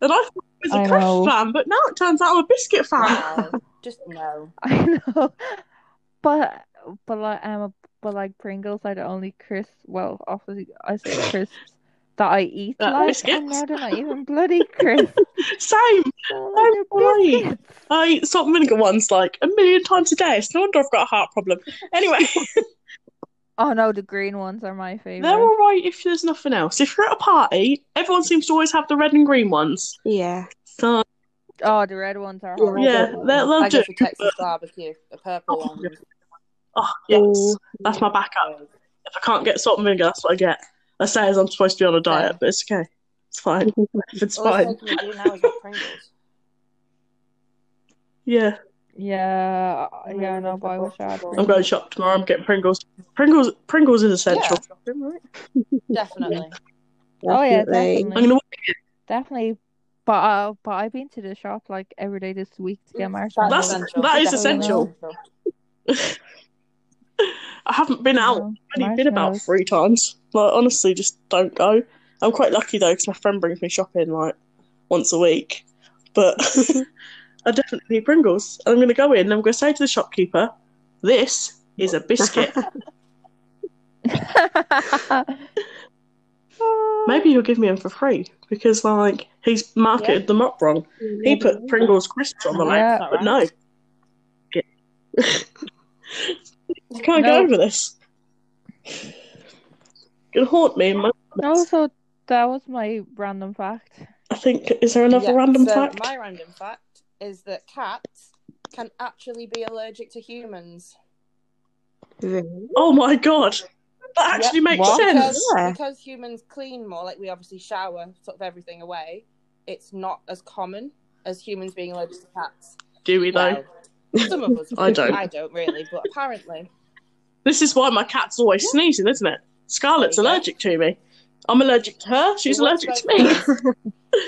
[SPEAKER 2] and I thought I was a
[SPEAKER 1] I
[SPEAKER 2] crisp
[SPEAKER 1] know.
[SPEAKER 2] fan, but now it turns out I'm a biscuit fan.
[SPEAKER 4] no. Just no.
[SPEAKER 1] (laughs) I know, but but like um, but like Pringles are the only crisps. Well, obviously I say
[SPEAKER 2] (laughs)
[SPEAKER 1] crisps that I eat
[SPEAKER 2] That
[SPEAKER 1] like,
[SPEAKER 2] biscuits.
[SPEAKER 1] and now they're not even
[SPEAKER 2] (laughs)
[SPEAKER 1] bloody crisps.
[SPEAKER 2] (laughs) Same.
[SPEAKER 1] They're like
[SPEAKER 2] I'm
[SPEAKER 1] they're
[SPEAKER 2] right.
[SPEAKER 1] biscuits.
[SPEAKER 2] I eat salt and vinegar ones like a million times a day. It's no wonder I've got a heart problem. Anyway,
[SPEAKER 1] Oh no, the green ones are my
[SPEAKER 2] they're
[SPEAKER 1] favorite.
[SPEAKER 2] all right if there's nothing else. If you're at a party, everyone seems to always have the red and green ones.
[SPEAKER 3] (laughs) Yeah.
[SPEAKER 2] So
[SPEAKER 1] Oh, the red ones are
[SPEAKER 3] Yeah,
[SPEAKER 1] horrible.
[SPEAKER 2] yeah, they'll, they'll
[SPEAKER 4] I
[SPEAKER 2] do.
[SPEAKER 4] go for Texas barbecue, a purple one.
[SPEAKER 2] Oh yes,
[SPEAKER 3] Ooh.
[SPEAKER 2] that's my backup. if I can't get salt and vinegar, that's what I get. I say as I'm supposed to be on a diet, but it's okay. It's fine. If it's
[SPEAKER 4] All it's
[SPEAKER 2] fine.
[SPEAKER 4] making me do now is get
[SPEAKER 2] (laughs)
[SPEAKER 4] Pringles.
[SPEAKER 2] Yeah.
[SPEAKER 1] Yeah, I-
[SPEAKER 4] Mm,
[SPEAKER 1] yeah, I know, but I wish I had.
[SPEAKER 4] I'm
[SPEAKER 2] I'm going to shop tomorrow. I'm getting Pringles. Pringles Pringles is essential.
[SPEAKER 4] Definitely.
[SPEAKER 1] Oh yeah,
[SPEAKER 3] (laughs) Definitely.
[SPEAKER 2] I'm
[SPEAKER 1] definitely,
[SPEAKER 2] gonna (laughs)
[SPEAKER 1] definitely. But uh, but I've been to the shop like every day this week to get marshmallows.
[SPEAKER 2] That's-
[SPEAKER 4] essential.
[SPEAKER 2] that is
[SPEAKER 4] Definitely
[SPEAKER 1] essential.
[SPEAKER 2] I haven't been out
[SPEAKER 1] Um,
[SPEAKER 2] I've only been about
[SPEAKER 1] marshmallows.
[SPEAKER 2] three times. Like honestly, just don't go. I'm quite lucky though, because my friend brings me shopping like once a week. But (laughs) I definitely need Pringles. And I'm gonna go in and I'm gonna say to the shopkeeper, This is a (laughs) biscuit.
[SPEAKER 1] (laughs)
[SPEAKER 2] Maybe he'll give me them for free because like he's marketed them up wrong. He put Pringles crisps on the label,
[SPEAKER 1] Yeah.
[SPEAKER 2] but (laughs) no. Yeah. I can't get
[SPEAKER 1] No.
[SPEAKER 2] over this. Gonna haunt me. in my-
[SPEAKER 1] no, so that was my random fact.
[SPEAKER 2] I think is there another random
[SPEAKER 4] so
[SPEAKER 2] fact?
[SPEAKER 4] My random fact is that cats can actually be allergic to humans.
[SPEAKER 3] Really?
[SPEAKER 2] Oh my god, that actually makes
[SPEAKER 1] What?
[SPEAKER 2] sense.
[SPEAKER 4] Because,
[SPEAKER 3] Yeah.
[SPEAKER 4] because humans clean more, like we obviously shower sort of everything away, it's not as common as humans being allergic to cats.
[SPEAKER 2] Do we though?
[SPEAKER 4] Well, some of us
[SPEAKER 2] (laughs) I
[SPEAKER 4] do.
[SPEAKER 2] don't.
[SPEAKER 4] I don't really, but apparently.
[SPEAKER 2] This is why my cat's always sneezing, isn't it? Scarlett's
[SPEAKER 4] There you go.
[SPEAKER 2] allergic to me. I'm allergic to her. She's
[SPEAKER 4] It works
[SPEAKER 2] allergic to
[SPEAKER 4] both
[SPEAKER 2] me.
[SPEAKER 4] ways.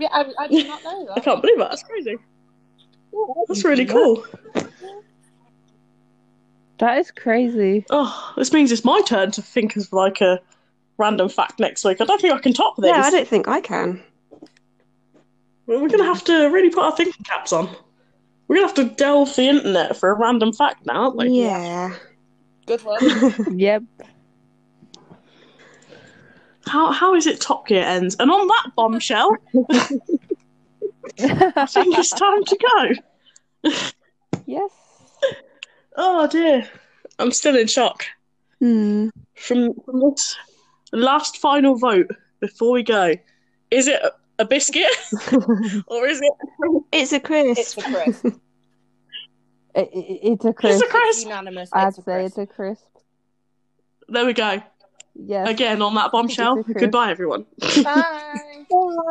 [SPEAKER 4] yeah, I, I did not know that.
[SPEAKER 2] (laughs) I can't believe that. That's crazy. That's really cool.
[SPEAKER 1] That is crazy.
[SPEAKER 2] Oh, this means it's my turn to think of like a random fact next week. I don't think I can top this.
[SPEAKER 3] Yeah, I don't think I can.
[SPEAKER 2] We're gonna have to really put our thinking caps on. We're gonna have to delve the internet for a random fact now, aren't we?
[SPEAKER 3] yeah.
[SPEAKER 4] Good luck.
[SPEAKER 2] (laughs)
[SPEAKER 3] (laughs)
[SPEAKER 1] Yep.
[SPEAKER 2] How how is it Top Gear ends? And on that bombshell, I think it's time to go.
[SPEAKER 1] (laughs) yes.
[SPEAKER 2] Oh dear, I'm still in shock
[SPEAKER 3] Hmm.
[SPEAKER 2] from from this last final vote before we go, is it a- a (laughs) biscuit or is it
[SPEAKER 3] it's a crisp.
[SPEAKER 4] It's a
[SPEAKER 1] (laughs)
[SPEAKER 4] crisp.
[SPEAKER 1] It, it, it's a crisp.
[SPEAKER 2] It's a crisp.
[SPEAKER 4] Unanimous.
[SPEAKER 1] I'd
[SPEAKER 4] it's a
[SPEAKER 1] say
[SPEAKER 4] crisp.
[SPEAKER 1] it's a crisp.
[SPEAKER 2] There we go.
[SPEAKER 1] Yes.
[SPEAKER 2] Again on that bombshell.
[SPEAKER 1] It's a crisp.
[SPEAKER 2] Goodbye everyone.
[SPEAKER 4] Bye. (laughs)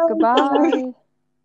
[SPEAKER 1] Goodbye.